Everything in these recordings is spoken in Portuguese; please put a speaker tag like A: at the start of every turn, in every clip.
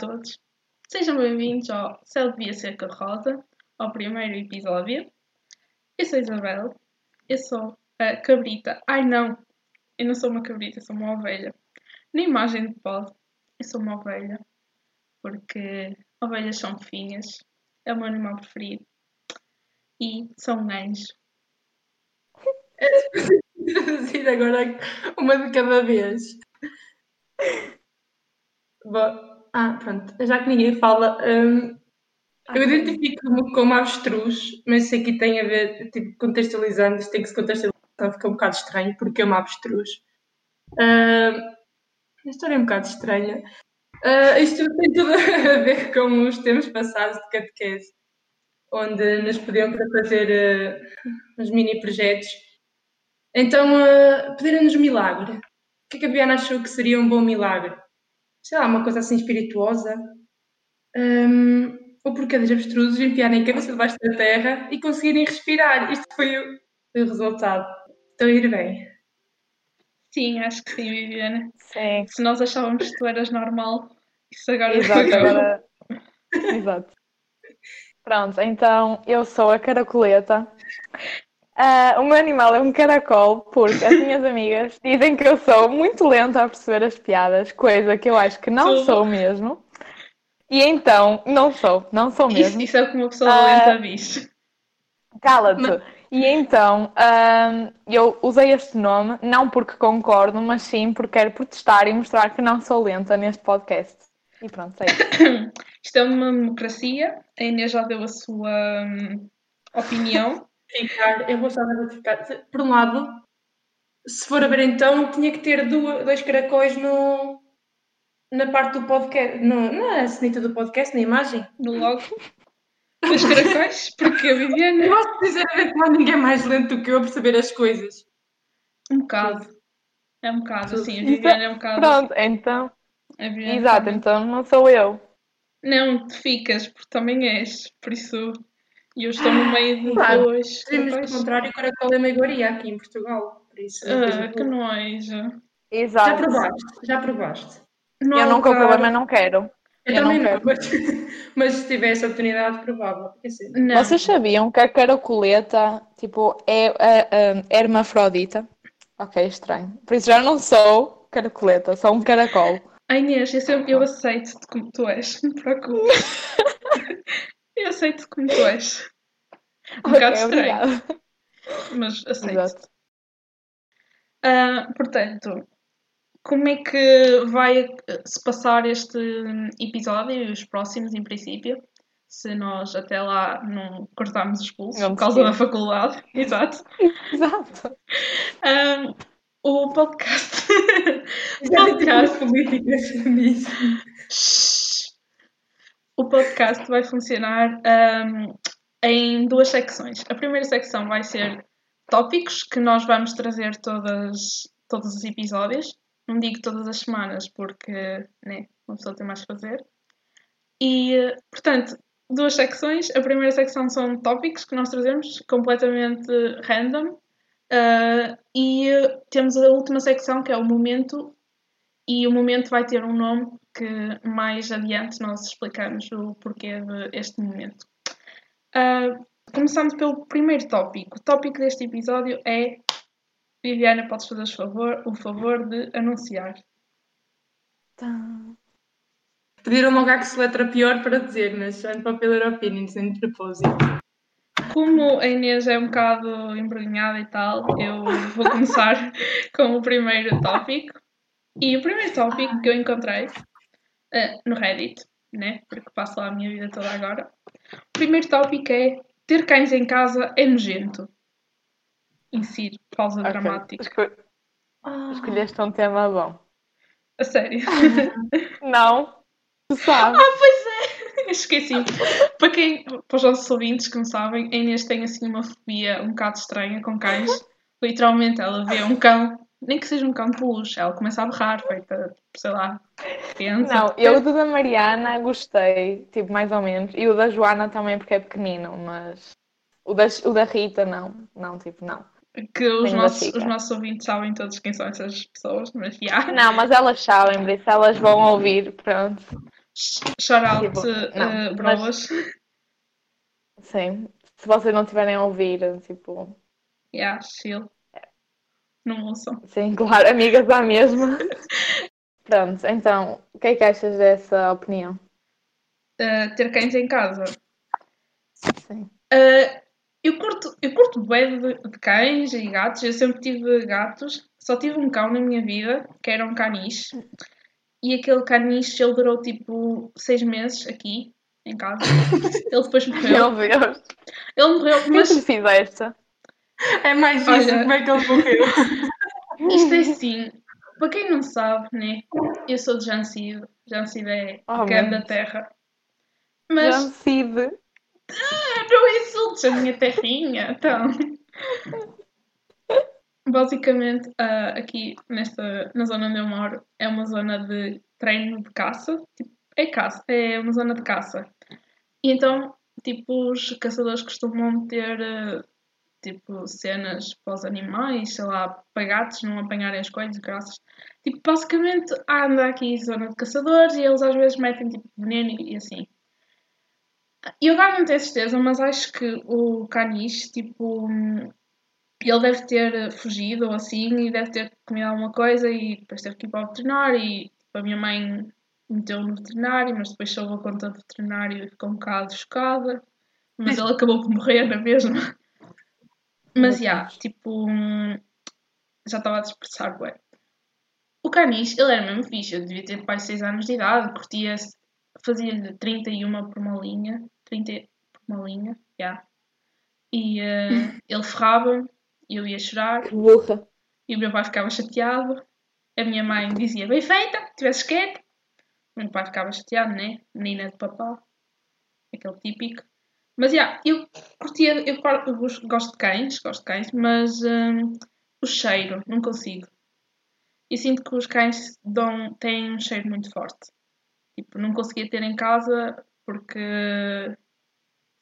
A: todos. Sejam bem-vindos ao Céu Devia Ser Cor-de-Rosa, ao primeiro episódio. Eu sou a Isabel, eu sou a cabrita. Ai não, eu não sou uma cabrita, eu sou uma ovelha. Na imagem de pod, eu sou uma ovelha, porque ovelhas são fofinhas, é o meu animal preferido e são um anjo.
B: Sim, agora uma de cada vez. Bom, ah, pronto. Já que ninguém fala, hum, eu identifico-me como avestruz, mas isso aqui tem a ver, tipo, contextualizando, isto tem que se contextualizar, então fica um bocado estranho, porque é uma avestruz. Hum, a história é um bocado estranha. Ah, isto tem tudo a ver com os temas passados de catequese, onde nos pediam para fazer ah, uns mini projetos então, uh, pediram-nos um milagre. O que é que a Biana achou que seria um bom milagre? Sei lá, uma coisa assim espirituosa. Hum, ou porque dos abstrusos enfiarem a cabeça debaixo da terra e conseguirem respirar. Isto foi o, foi o resultado. Estou a ir bem.
A: Sim, acho que sim, Viviana.
C: Sim,
A: Se nós achávamos que tu eras normal, isso agora é
C: exato. Agora... é exato. Pronto, então eu sou a caracoleta. Ah, o meu animal é um caracol, porque as minhas amigas dizem que eu sou muito lenta a perceber as piadas, coisa que eu acho que não
A: Sou.
C: sou mesmo. E então, não sou, não sou mesmo.
A: Isso, isso é o que uma pessoa
C: Ah.
A: lenta diz.
C: Cala-te! E então, ahm, eu usei este nome, não porque concordo, mas sim porque quero protestar e mostrar que não sou lenta neste podcast. E pronto, é isso.
A: Isto é uma democracia. A Inês já deu a sua hum, opinião.
B: Ficar, eu vou estar a ficar. Por um lado, se for a ver então, tinha que ter duas- dois caracóis no, na parte do podcast, no, na cenita do podcast, na imagem.
A: no logo dos caracóis, porque a Viviana
B: Eu gosto de dizer que não há ninguém é mais lento do que eu a perceber as coisas.
A: um bocado. É um bocado,
B: Tudo.
A: assim, a Viviana é um bocado.
C: Pronto, então,
A: a Viviana
C: exato,
A: É, também.
C: então não sou eu.
A: Não, tu ficas, porque também és, por isso. E eu estou no meio de
C: Claro.
A: dois.
B: Dizemos
A: rapazes.
B: do contrário, o caracol é uma iguaria aqui em Portugal. Por isso,
A: Ah,
C: é?
A: que nojo.
B: já
C: Exato.
B: provaste, já provaste.
A: Não há
C: Eu nunca o
A: lugar-
C: problema não quero.
B: Eu,
C: Eu
B: também
C: não
B: não, mas, mas se tivesse a oportunidade, assim, provável. Quer dizer,
A: Não.
C: Vocês sabiam que a caracoleta, tipo, é a, a hermafrodita? Ok, estranho. Por isso já não sou caracoleta, sou um caracol.
A: A Inês, eu, sempre- eu aceito-te como tu és, não te preocupes. eu aceito-te como tu és. Um bocado
C: Ok,
A: estranho,
C: obrigada.
A: mas aceito.
C: Exato.
A: Ah, portanto, como é que vai eh, se passar este hum, episódio e os próximos, em princípio, se nós até lá não cortarmos os pulsos
C: Não
A: por causa da
C: desistir.
A: faculdade? Exato.
C: Exato.
A: Ah, o podcast.
B: já tem
A: podcast.
B: tipo políticas nisso.
A: Shhh. O podcast vai funcionar ahm, em duas secções. A primeira secção vai ser tópicos que nós vamos trazer todas, todos os episódios. Não digo todas as semanas porque né, uma pessoa tem mais que fazer. E, eh, portanto, duas secções. A primeira secção são tópicos que nós trazemos completamente random. Ah, e eh, temos a última secção que é o momento e o momento vai ter um nome que mais adiante nós explicamos o porquê deste momento. Ah, começando pelo primeiro tópico. O tópico deste episódio é Viviana, podes fazer o favor, o favor de anunciar. Tá.
B: Pediram logo a que se letra pior para dizer, mas and popular opinion, sem propósito.
A: Como a Inês é um bocado embrulhada e tal, eu vou começar com o primeiro tópico. E o primeiro tópico que eu encontrei eh, no Reddit, né? Porque passo lá a minha vida toda agora. O primeiro tópico é ter cães em casa é nojento. Insiro, pausa
C: Ok.
A: dramática.
C: Esco- Escolheste um tema bom.
A: A sério.
C: Não, tu sabes.
A: Ah, Esqueci. é. Para, quem, para os nossos ouvintes que não sabem, a Inês tem assim uma fobia um bocado estranha com cães. Literalmente, ela vê um cão, nem que seja um cão de peluche, ela começa a berrar, feita, sei lá, criança.
C: Não, eu do da Mariana gostei, tipo, mais ou menos. E o da Joana também, porque é pequenino, mas. O da, o da Rita, não. Não, tipo, não.
A: Que os
C: Sim,
A: nossos,
C: fica.
A: os nossos ouvintes sabem todos quem são essas pessoas, mas já.
C: Não, mas elas sabem, por isso elas vão ouvir, pronto.
A: Shout out,
C: Tipo, não,
A: eh,
C: mas-
A: broas.
C: Sim. Se vocês não tiverem a ouvir, tipo.
A: Yeah, chill. Não ouçam.
C: Sim, claro, amigas à mesma. Pronto, então, o que é que achas dessa opinião?
A: Eh, ter cães em casa.
C: Sim.
A: Eh, eu curto, eu curto bué de, de cães e gatos. Eu sempre tive gatos. Só tive um cão na minha vida, que era um caniche. E aquele caniche, ele durou tipo seis meses aqui, em casa. Ele depois morreu.
C: Meu Deus,
A: Ele morreu,
C: mas
A: mas
C: tu fizeste?
B: É mais isso,
A: Olha.
B: como é que ele morreu?
A: Isto é assim, para quem não sabe, né? Eu sou de Jancido. Jancido é
C: Oh,
A: o grande da
C: mãe.
A: terra.
C: Mas...
A: Mas ah, não insultes a minha terrinha, então. Basicamente, ah, aqui nesta, na zona onde eu moro, é uma zona de treino de caça. Tipo, é caça, é uma zona de caça. E então, tipo, os caçadores costumam ter, ah, tipo, cenas para os animais, sei lá, para gatos não apanharem as coisas, graças. Tipo, basicamente, anda aqui zona de caçadores e eles às vezes metem, tipo, veneno e assim. E eu agora não tenho certeza, mas acho que o Caniche, tipo, hum, ele deve ter eh, fugido ou assim, e deve ter comido alguma coisa, e depois teve que ir para o veterinário. E tipo, a minha mãe meteu no veterinário, mas depois soube a conta do veterinário e ficou um bocado chocada. Mas ele acabou por morrer na mesma. Mas já, tipo, hum, já estava a dispersar, bué. O Caniche, ele era mesmo fixe, eu devia ter quase 6 anos de idade, curtia-se fazia-lhe 31 por uma linha, 30 por uma linha, já. E eh, ele ferrava, eu ia chorar,
C: Que burra.
A: e o meu pai ficava chateado. A minha mãe dizia, bem feita, tivesse quieto. O meu pai ficava chateado, né? Menina de papá. Aquele típico. Mas, já, eu curtia, eu, par- eu gos- gosto de cães, gosto de cães, mas hum, o cheiro, não consigo. E sinto que os cães dão, têm um cheiro muito forte. Tipo, não conseguia ter em casa porque...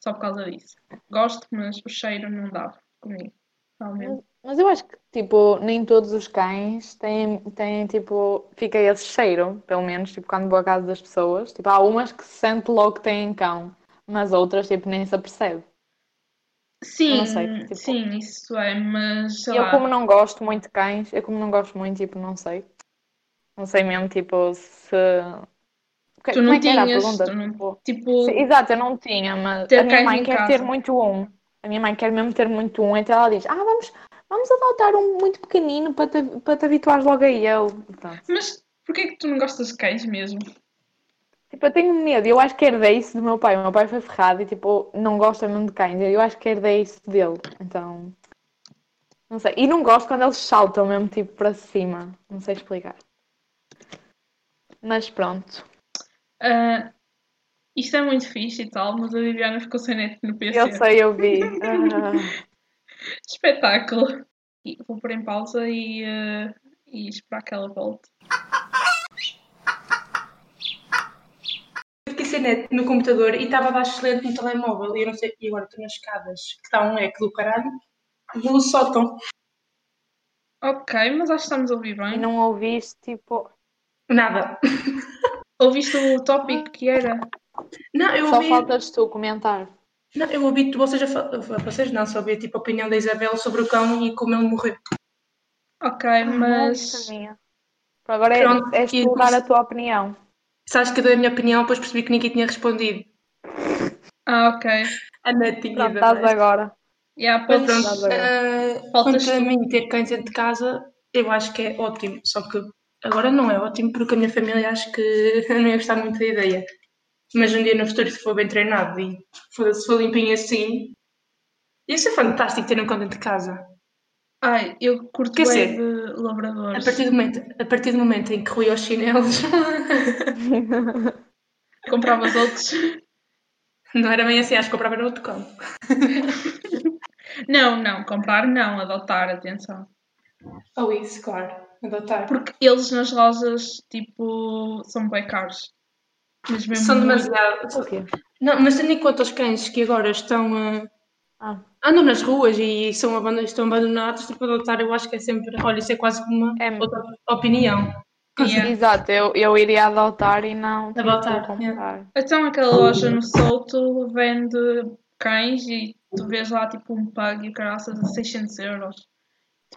A: Só por causa disso. Gosto, mas o cheiro não dava comigo. Realmente.
C: Mas eu acho que, tipo, nem todos os cães têm, têm, tipo, fica esse cheiro, pelo menos, tipo, quando vou à casa das pessoas. Tipo, há umas que se sente logo que têm cão, mas outras, tipo, nem se apercebe.
A: Sim,
C: não sei, tipo-
A: sim, isso é, mas sei
C: Eu,
A: lá.
C: como não gosto muito de cães, eu, como não gosto muito, tipo, não sei. Não sei mesmo, tipo, se. Que-
A: Tu
C: como
A: não
C: é que era a
A: tinhas,
C: pergunta?
A: tu não-
C: Tipo,
A: Tipo,
C: Sim, Exato, eu não tinha, mas
A: Ter
C: a minha
A: cães
C: mãe
A: em
C: quer
A: casa.
C: ter muito um. A minha mãe quer mesmo ter muito um, então ela diz: Ah, vamos, vamos adotar um muito pequenino para te, para te habituares logo a ele. Portanto,
A: mas porquê que tu não gostas de cães mesmo?
C: tipo, eu tenho medo, eu acho que herdei isso do meu pai. O meu pai foi ferrado e tipo, não gosta mesmo de cães. Eu acho que herdei isso dele. Então, não sei. E não gosto quando eles saltam mesmo tipo para cima. Não sei explicar. Mas pronto.
A: Ah, isto é muito fixe e tal, mas a Viviana ficou sem net no PC.
C: Eu sei, eu vi. Ah,
A: Espetáculo. E vou pôr em pausa e, ah, e esperar que ela volte.
B: Eu fiquei sem net no computador e estava a dar excelente no telemóvel e eu não sei, e agora estou nas escadas, que está um eco do caralho, no sótão.
A: Ok, mas acho que estamos a ouvir
C: Ah, e
A: bem.
C: não ouviste, tipo,
B: Nada.
A: Ouviste o tópico que era?
B: Não, eu
C: só
B: ouvi,
C: faltas tu comentar.
B: não, eu ouvi vocês a falar, vocês não, só ouvi tipo a opinião da Isabel sobre o cão e como ele morreu.
C: Ah,
A: Ok, mas.
C: Nossa, minha. Agora é,
B: Pronto,
C: és
B: e
C: tu dar a
B: depois-
C: tua opinião.
B: Sabes que eu dei a minha opinião, depois percebi que ninguém tinha respondido.
A: Ah, ok.
B: A Ana tinha
C: Pronto, tá
B: ido
C: estás
B: abaixo.
C: agora.
A: Yeah,
B: Mas
A: pois,
B: pronto,
C: Estás
B: ah,
A: Faltas
B: quanto a
A: tu.
B: mim ter cães dentro de casa, eu acho que é ótimo. Só que agora não é ótimo porque a minha família acho que não ia gostar muito da ideia. Mas um dia no futuro, se for bem treinado e for- se for limpinho assim, isso é fantástico ter um cão dentro de casa.
A: Ai, eu curto
B: Quer
A: bué
B: dizer,
A: de labradores.
B: A partir do momento, a partir do momento em que ruiu os chinelos,
A: Compravas outros.
B: não era bem assim, acho que comprava era outro cão.
A: Não, não, comprar não, adotar, atenção.
B: Ou Oh, isso, claro, adotar.
A: Porque eles nas lojas, tipo, são bem caros. Mas mesmo
B: São
A: muito-
B: demasiado.
C: O quê?
B: Não, mas tendo em conta os cães que agora estão a.
C: Ah,
B: andam nas ruas e são abandon- estão abandonados, tipo, adotar eu acho que é sempre, olha, isso é quase como uma
C: É.
B: outra opinião.
A: Yeah.
C: Exato, eu, eu iria adotar e não tipo,
B: Adotar, é.
C: comprar.
A: Então aquela loja no Souto vende cães e tu vês lá tipo um pug e o caraças a 600 euros.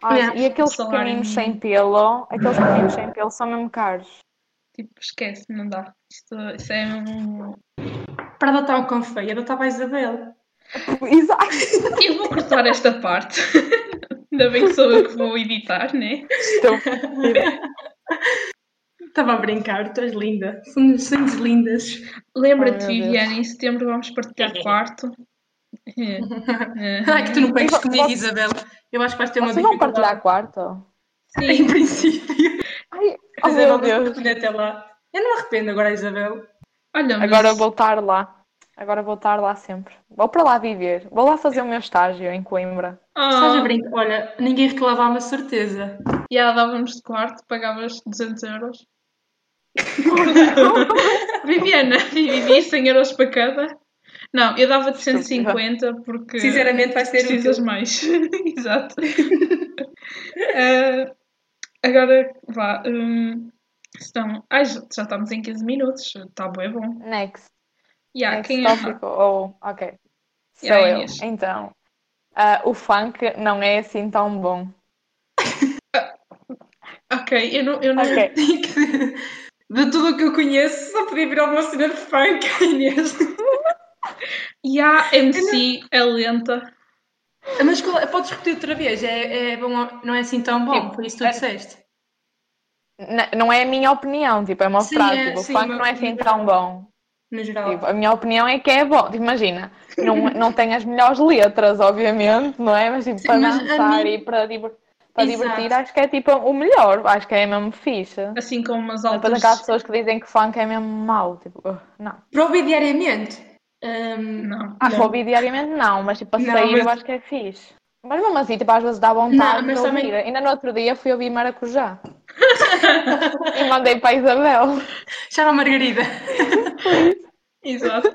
C: Ai,
B: Yeah.
C: E aqueles
A: Salário
C: pequeninos
A: mínimo.
C: sem pelo, aqueles pequeninos sem pelo são mesmo caros.
A: Tipo, esquece, não dá. Isto, isso é um...
B: Para adotar um cão feio, adotava a Isabel.
C: Exato.
A: Eu vou cortar esta parte. Ainda bem que sou eu que vou editar, né?
C: Então,
B: Estava a brincar, tu és linda. Somos, somos lindas.
A: Lembra-te,
C: Oh, meu Deus.
A: Viviane, em setembro vamos partilhar quarto. É. É.
B: Ai, que tu não pegues
C: Vocês-
B: comigo, Isabel. Eu acho que vais ter uma
C: Vocês vão
B: dificuldade.
C: partilhar quarto?
A: Sim,
B: Em princípio.
C: Ai, oh,
B: Isabel,
C: meu
B: não
C: Deus.
B: te até lá. Eu não me arrependo agora, Isabel.
A: olha, mas
C: Agora voltar lá. Agora voltar lá sempre. Vou para lá viver. Vou lá fazer o meu estágio em Coimbra.
B: Estás a
A: ah,
B: brincar? Olha, ninguém reclamava, certeza.
A: e ela dávamos de quarto, pagavas 200 euros. Viviana, Vivi, 100 euros para cada. Não, eu dava de 150 porque
B: Sinceramente, vai ser
A: precisas
B: útil.
A: mais. Exato. Ah, agora, vá. hum, estão... Ai, já já estamos em 15 minutos. Está bom, é bom.
C: Next.
A: Yeah,
C: Next
A: quem é?
C: tópico. Ou, ok. Sou
A: Yeah,
C: eu.
A: Inês.
C: Então, ah, o funk não é assim tão bom.
A: Ok, eu não. Eu não...
C: Ok.
B: De tudo o que eu conheço, só podia vir alguma cena de funk, Inês.
A: E a MC é lenta.
B: Mas qual- podes repetir outra vez, é, é bom, não é assim tão bom,
C: Tipo,
B: foi isso que tu
C: é-
B: disseste.
C: N- Não é a minha opinião, tipo, é uma
B: Sim,
C: frase.
B: é,
C: tipo, o
B: sim,
C: funk
B: uma
C: não é assim
B: opinião.
C: tão bom.
B: No geral.
C: Tipo, a minha opinião é que é bom. Tipo, Imagina, não, não tem as melhores letras, obviamente, não é? Mas tipo,
B: Sim,
C: para
B: mas a
C: dançar
B: mim-
C: e para, diver- para
B: Exato.
C: divertir, acho que é tipo o melhor. Acho que é mesmo ficha.
A: Assim como umas
C: Depois
A: altas.
C: aquelas pessoas que dizem que funk é mesmo mau. Tipo, uh, não.
B: Para ouvir diariamente? Hum, Ahm,
A: Não.
C: Ah,
B: Não.
C: para ouvir diariamente não, mas tipo, para
B: Não,
C: sair
B: mas-
C: eu acho que é fixe. Mas mesmo assim, tipo, às vezes dá vontade
B: Não, mas
C: de
B: também-
C: ouvir. Ainda no outro dia fui ouvir Maracujá. e mandei para a Isabel.
B: chama a Margarida.
A: Exato.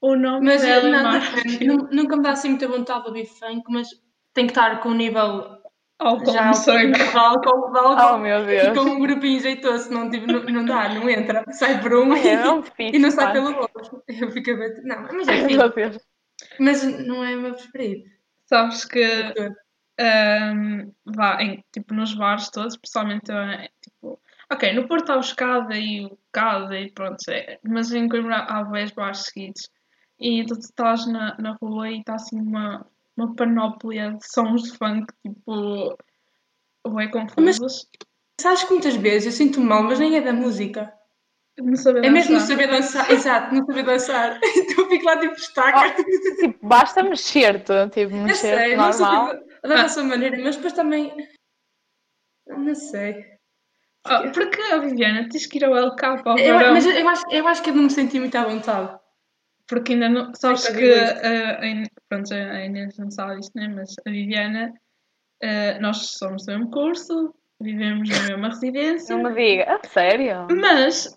A: O nome
B: Mas
A: dela é
B: não,
A: Mar-
B: nu- nunca me dá assim muita vontade de ouvir funk, mas tem que estar com o nível
A: álcool
B: já
A: no sangue.
B: de álcool, de
C: um Oh,
B: álcool
C: meu
B: e
C: Deus.
B: com um grupinho jeitoso, não, tipo, não, não dá, não entra, sai por um
C: É
B: e,
C: mesmo fixe.
B: e não sai
C: pá.
B: pelo outro. Eu fico a bater. Não, mas é
C: Ai,
B: fixe.
C: meu Deus.
B: Mas não é o meu preferido.
A: Sabes que ahm, vá, em, tipo, nos bares todos, principalmente eh, tipo. Ok, no Porto há o escada e o casa e pronto, é, mas em Coimbra há vários bares seguidos. E tu estás na, na rua e está assim uma, uma panóplia de sons de funk, tipo. Ué, confusos.
B: Sabes que muitas vezes eu sinto mal, mas nem é da música.
A: Não saber
B: É mesmo não
A: dançar.
B: saber dançar, exato, não saber dançar. Então eu fico lá tipo estaca.
A: Oh,
C: Tipo, basta mexer-te, tipo,
B: Eu
C: mexer-te
B: sei, não sou
C: normal.
B: da
A: Ah.
B: da nossa maneira, mas depois também. Não sei.
A: Ah, porque a Viviana tens que ir ao LK para o
B: Eu,
A: verão,
B: mas eu, eu acho, eu acho que eu não me senti muito à vontade.
A: porque ainda não. Sabes
B: Sim,
A: que.
B: eu digo
A: ah, a In- pronto, a Inês não sabe isto, né? Mas a Viviana, ah, nós somos do mesmo curso, vivemos na mesma
B: É
A: residência,
C: Não me diga, a sério?
A: mas,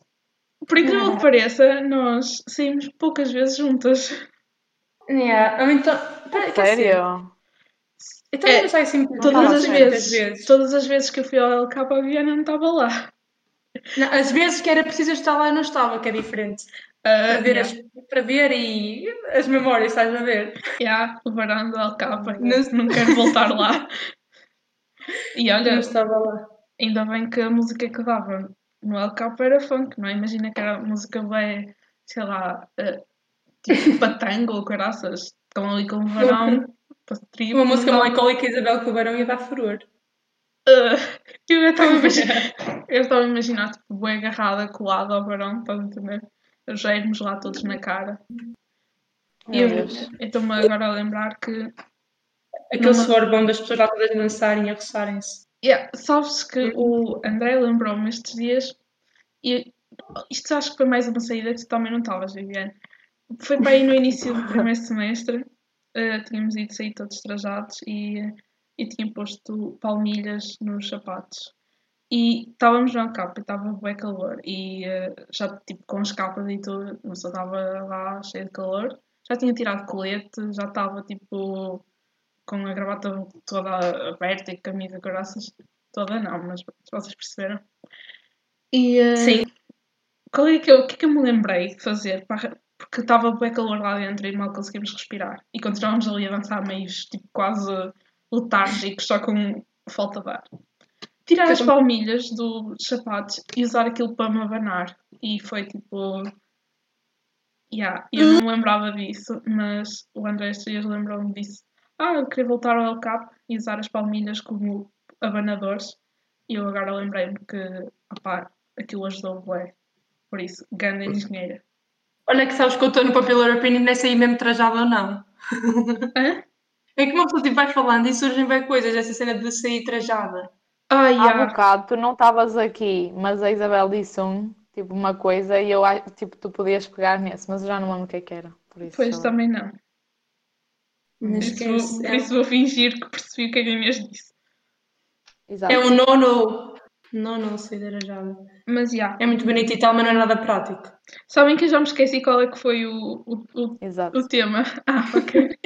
A: por incrível
B: Uhum.
A: que pareça, nós saímos poucas vezes juntas.
B: Yeah. ou Então, pera,
A: assim.
B: quer dizer,
C: Sério?
B: Eu também
A: É,
B: não sei assim muito
A: Todas
B: vontade,
A: as
B: muitas
A: vezes, Todas as vezes que eu fui ao LK, a Viviana não estava lá.
B: Não, às vezes que era preciso eu estar lá e não estava, que é diferente.
A: Ah,
B: Para ver,
A: yeah,
B: as, para ver e as memórias, estás a ver?
A: yeah, o varão do LK,
B: Não-
A: não, não quero voltar lá. E olha,
B: Não estava lá.
A: Ainda bem que a música que dava no LK era funk, não é? Imagina que era música bem, sei lá, eh, tipo patango ou caraças. Estão ali com o verão, para tribo.
B: Uma música
A: não dá-
B: melancólica Isabel Cubarão ia dar furor.
A: Eh, eu estava a imaginar, eu estava a imaginar, tipo, bem agarrada, colada ao verão, para entender. Os germos lá todos na cara. E
C: Meu
A: eu
C: Deus.
A: eu estou-me agora a lembrar que.
B: Aquele suor bom das pessoas lá todas a dançarem e a roçarem-se.
A: Yeah, sabes que o André lembrou-me estes dias, e isto acho que foi mais uma saída que tu também não estavas, Viviane. Foi para aí no início do primeiro semestre, eh, tínhamos ido sair todos trajados e, e tinha posto palmilhas nos sapatos. E estávamos no capa, estava bem calor, e eh, já tipo com as capas e tudo, não só estava lá cheio de calor, já tinha tirado colete, já estava tipo com a gravata toda aberta e camisa de graças toda não, mas vocês perceberam. E eh,
B: Sim.
A: qual é que eu, o que é que eu me lembrei de fazer? para- Porque estava bem calor lá dentro e mal conseguimos respirar. E continuámos ali a avançar meios tipo, quase letárgicos, só com falta de ar. Tirar as
B: Então-
A: palmilhas dos sapatos e usar aquilo para me abanar. E foi tipo. Yeah, eu não me lembrava disso, mas o André Estrias lembrou-me disso. Ah, eu queria voltar ao cap e usar as palmilhas como abanadores. E eu agora lembrei-me que, opá, aquilo ajudou o bué. Por isso, grande engenheira.
B: Olha que sabes que eu estou no papel europeu e nem sei mesmo trajada ou não.
A: Hã?
B: É que uma pessoa tipo, vai falando e surgem bem coisas, essa cena de sair trajada.
A: Ah,
C: Há
A: yeah.
C: bocado tu não estavas aqui, mas a Isabel disse um, tipo, uma coisa e eu a- tipo, tu podias pegar nesse, mas eu já não lembro o que é que era. Por isso.
A: Pois também não. Por isso,
B: é
A: vou, por isso vou fingir que percebi o que é a Inês disse.
C: Exato.
B: É um nono. Nono, sair trajada.
A: Mas já. Yeah.
B: É muito bonito e tal, mas não é nada prático.
A: Sabem que eu já me esqueci qual é que foi o, o, o,
C: Exato.
A: o tema. Ah, ok.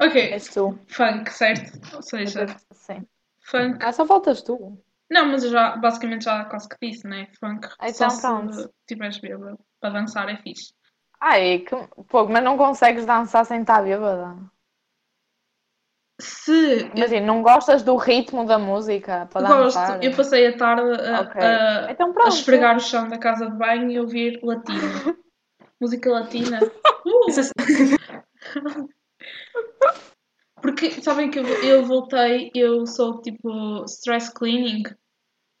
A: ok.
C: És tu.
A: Funk, certo? Ou seja,
C: Sim.
A: funk.
C: Ah, só faltas tu.
A: Não, mas eu já basicamente já quase que disse, né? Funk.
C: Ah,
A: só
C: então
A: se
C: pronto.
A: tiveres bêbado. Para dançar é fixe.
C: Ai, que pouco, mas não consegues dançar sem estar bêbada.
A: Se
C: Imagina, não gostas do ritmo da música para
A: Gosto,
C: dançar?
A: eu passei a tarde a,
C: Ok.
A: a-
C: Então
A: a
C: pronto.
A: esfregar o chão da casa de banho e ouvir latina. Música latina. Uh!
B: Essa
A: Porque sabem que eu, eu voltei, eu sou tipo stress cleaning.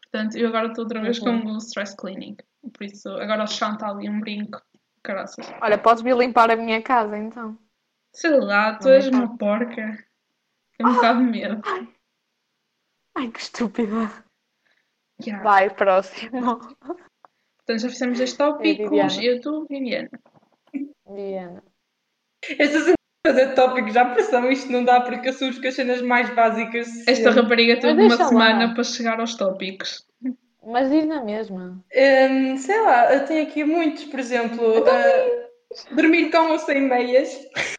A: Portanto, eu agora estou outra vez
C: Uhum.
A: com o stress cleaning. Por isso, agora o chão está ali um brinco. Caraças.
C: Olha, podes vir limpar a minha casa então.
A: Sei lá, tu
C: Não,
A: és
C: não.
A: uma porca. Tenho um bocado de medo.
C: Ai, que estúpida.
A: Yeah.
C: Vai, próximo.
A: Então já fizemos estes tópicos.
C: É Viviana.
A: Eu estou, Viviana.
C: Diana.
B: essa cena de fazer tópico já passou, isto não dá porque eu surjo com as cenas mais básicas.
A: Esta rapariga teve uma
C: deixa lá.
A: semana para chegar aos tópicos.
C: Mas diz na mesma.
B: Hum, sei lá, eu tenho aqui muitos, por exemplo, ah, dormir com ou sem meias.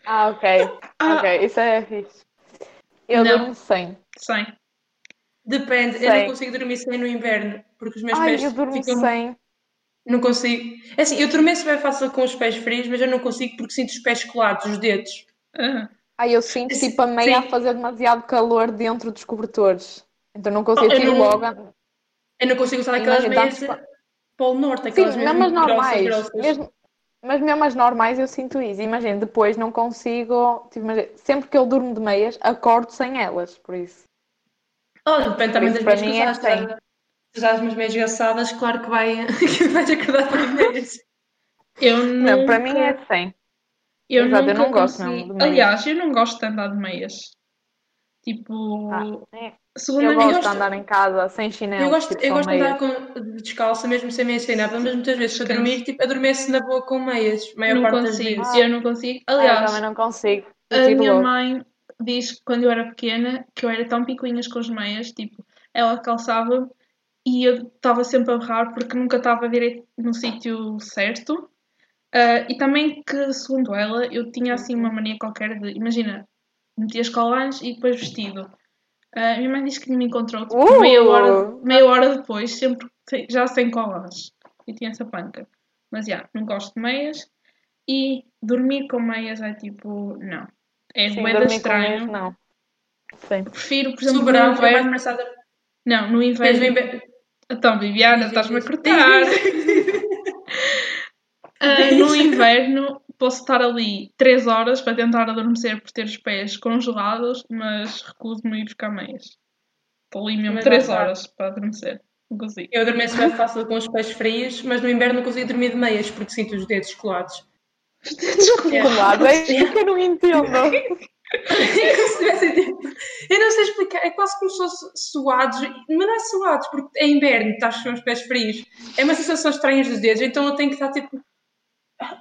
C: Ah, ok. Ok, isso é fixe. Eu
A: Não.
C: durmo sem.
A: Sim.
B: Depende, eu
C: Sei.
B: não consigo dormir sem no inverno, porque os meus
C: Ai,
B: pés
C: eu durmo
B: ficam.
C: sem.
B: Não consigo. É assim, eu adormeço bem fácil com os pés frios, mas eu não consigo porque sinto os pés colados, os dedos.
A: Ah.
C: Ai, eu sinto tipo a meia a
B: Sim.
C: fazer demasiado calor dentro dos cobertores. Então não consigo
B: Oh, eu
C: tiro
B: não-
C: logo. a-
B: Eu não consigo usar aquelas
C: Imagina,
B: meias
C: dá-te pa-
B: Polo Norte,
C: Sim,
B: aquelas
C: não,
B: meias
C: mas
B: muito grossas,
C: normais.
B: grossas.
C: Mesmo, mas mesmo as normais eu sinto isso. Imagina, depois não consigo. Tipo, imagina, sempre que eu durmo de meias, acordo sem elas, por isso.
B: Oh, depende também
C: Por
B: das
C: isso, para
B: meias
C: mim,
B: que
C: é
B: usaste. Se usares umas meias engraçadas, claro que vai que vais acordar com as meias.
A: Eu nunca,
C: Não, para mim é sem.
A: eu
C: Exato, eu
A: nunca
C: não gosto,
A: consegui-
C: não, de meias.
A: Aliás, eu não gosto de andar de meias. Tipo,
C: Ah, é.
A: segundo
C: Eu
A: a minha
C: gosto de
B: gosto-
C: andar em casa sem
A: É
C: chinelo.
A: um
B: Eu gosto,
C: tipo,
B: eu
C: só
B: gosto de
C: meias.
B: andar com, descalça, mesmo sem meias sem nada, mas muitas vezes para
A: Descanso.
B: dormir, tipo, adormeço na boa com meias, a maior
A: não
B: parte das
A: consigo,
B: vezes.
A: eu não consigo.
C: Ah, eu
A: Aliás,
C: também não consigo. Tipo, Eu
A: a
C: tiro
A: minha
C: logo.
A: mãe diz que quando eu era pequena que eu era tão picuinhas com as meias, tipo, ela calçava e eu estava sempre a berrar porque nunca estava direito no sítio certo. Ah, e também que, segundo ela, eu tinha assim uma mania qualquer de, imagina, metias colãs e depois vestido. Ah, minha mãe diz que me encontrou tipo,
C: Uh!
A: meia, hora, meia hora depois, sempre sem- já sem colãs. E tinha essa panca. Mas já, não gosto de meias. E dormir com meias é tipo, não. É
C: Sim,
A: moeda
C: dormir com meias,
A: estranho.
C: não. Sim.
A: Prefiro, por
B: Se
A: exemplo,
B: o
A: no
B: verão foi mais
A: um inverno.
B: engraçada.
A: Não, no
B: Depois
A: inverno.
B: do inverno.
A: Então, Viviana,
B: Diz, diz,
A: estás-me a
B: diz.
A: cortar.
B: Diz,
A: Ah, no inverno, posso estar ali 3 horas para tentar adormecer por ter os pés congelados, mas recuso-me a ir buscar meias. Estou ali mesmo
B: Mas
A: 3
B: lá está.
A: horas para adormecer. Inclusive.
B: Eu adormeço bem fácil com os pés frios, mas no inverno não consigo dormir de meias porque sinto os dedos colados.
C: Descolado, Tipo, é isso que eu não entendo.
B: É como se tivessem, tipo, Eu não sei explicar, é quase como se fossem suados, mas não é suados porque é inverno, estás com os pés frios. É uma sensação estranha dos dedos, então eu tenho que estar tipo.